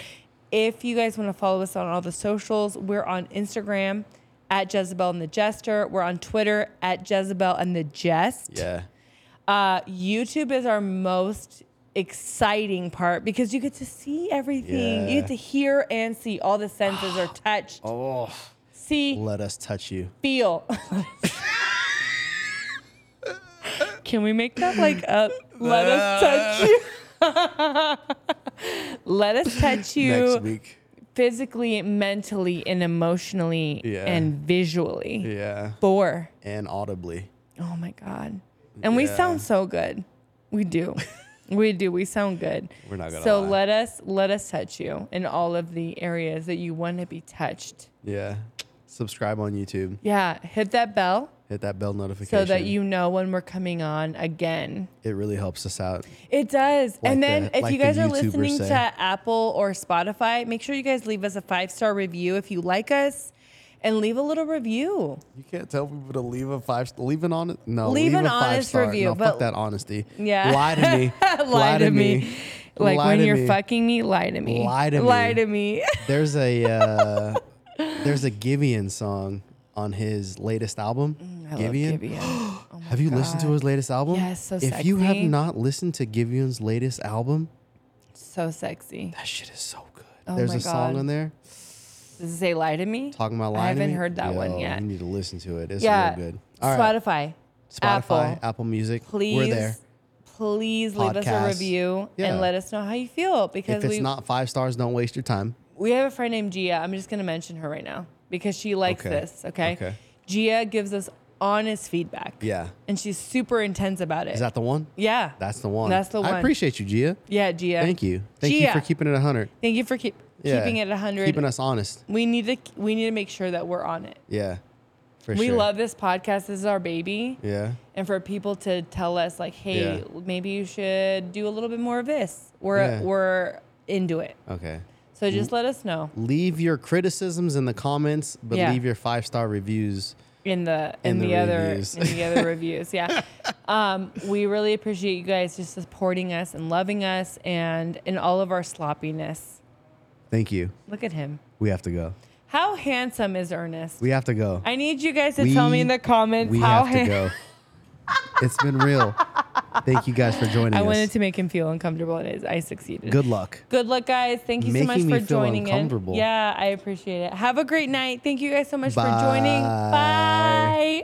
S2: If you guys want to follow us on all the socials, we're on Instagram at Jezebel and the Jester. We're on Twitter at Jezebel and the Jest.
S1: Yeah.
S2: Uh, YouTube is our most exciting part because you get to see everything.
S1: Yeah.
S2: You get to hear and see. All the senses are touched.
S1: Oh,
S2: See,
S1: let us touch you.
S2: feel. Can we make that like a let us touch you? let us touch
S1: next
S2: you
S1: week.
S2: physically, mentally, and emotionally
S1: Yeah.
S2: and visually.
S1: Yeah.
S2: Four.
S1: And audibly.
S2: Oh my God. And we
S1: Yeah.
S2: sound so good. We do. we do. We sound good.
S1: We're not gonna
S2: So
S1: lie.
S2: let us let us touch you in all of the areas that you want to be touched.
S1: Yeah. Subscribe on YouTube.
S2: Yeah. Hit that bell
S1: Hit that bell notification.
S2: so that you know when we're coming on again.
S1: It really helps us out.
S2: It does.
S1: Like
S2: and then
S1: the-
S2: if
S1: like
S2: you
S1: the
S2: guys are
S1: YouTubers
S2: listening
S1: say.
S2: to Apple or Spotify, make sure you guys leave us a five star review if you like us and leave a little review.
S1: You can't tell people to leave a five. Leave an honest. No,
S2: Leave an
S1: a five
S2: honest
S1: star.
S2: review,
S1: No, fuck
S2: but-
S1: that honesty.
S2: Yeah.
S1: Lie to me.
S2: lie, to me. Like
S1: Lie
S2: when
S1: to
S2: you're
S1: me.
S2: fucking me, lie to me.
S1: Lie to me.
S2: Lie to me.
S1: There's a uh, there's a Givian song on his latest album.
S2: Mm, I love Gibeon. Oh my
S1: Have you listened to
S2: God.
S1: his latest album?
S2: Yes, so
S1: If you have
S2: sexy.
S1: not listened to Givian's latest album,
S2: So sexy.
S1: that shit is so good.
S2: Oh
S1: There's
S2: my
S1: a song
S2: God.
S1: on there
S2: Does it say lie to me?
S1: talking about lying.
S2: I
S1: to
S2: haven't
S1: me.
S2: heard that one
S1: Yo,
S2: yet.
S1: You need to listen to it. It's
S2: yeah.
S1: real good. All right.
S2: Spotify.
S1: Spotify, Apple,
S2: Apple.
S1: Music.
S2: Please.
S1: We're there.
S2: Please leave us
S1: Podcasts.
S2: a review
S1: Yeah.
S2: and let us know how you feel
S1: If
S2: because
S1: it's
S2: we
S1: not five stars, don't waste your time.
S2: we have a friend named Gia. I'm just gonna mention her right now because she likes
S1: Okay.
S2: this. Okay?
S1: Okay.
S2: Gia gives us honest feedback.
S1: Yeah.
S2: And she's super intense about it.
S1: Is that the one?
S2: yeah.
S1: That's the one.
S2: That's the one.
S1: I appreciate you, Gia.
S2: yeah, Gia.
S1: Thank you. Thank you for
S2: Gia.
S1: keeping it 100.
S2: Thank you for keep,
S1: Yeah.
S2: keeping it 100.
S1: Keeping us honest.
S2: we need to we need to make sure that we're on it.
S1: Yeah. For
S2: we
S1: sure.
S2: love this podcast. This is our baby.
S1: Yeah.
S2: and for people to tell us like hey
S1: Yeah.
S2: maybe you should do a little bit more of this we're
S1: Yeah.
S2: we're into it
S1: Okay.
S2: so just
S1: Mm.
S2: let us know
S1: Leave your criticisms in the comments, but
S2: Yeah.
S1: leave your five star reviews.
S2: in the in,
S1: In the
S2: the, other
S1: reviews.
S2: in the other reviews yeah um, we really appreciate you guys just supporting us and loving us and in all of our sloppiness
S1: Thank you.
S2: look at him
S1: We have to go.
S2: how handsome is ernest
S1: We have to go.
S2: i need you guys to
S1: We-
S2: tell me in the comments
S1: we
S2: how
S1: have to
S2: handsome
S1: go. it's been real. Thank you guys for joining
S2: i
S1: us.
S2: wanted to make him feel uncomfortable and it- i succeeded
S1: Good luck.
S2: Good luck, guys. Thank you so much
S1: Making me
S2: for
S1: feel
S2: joining
S1: uncomfortable.
S2: in. Yeah, I appreciate it. Have a great night. Thank you guys so much for joining.
S1: Bye.
S2: Bye.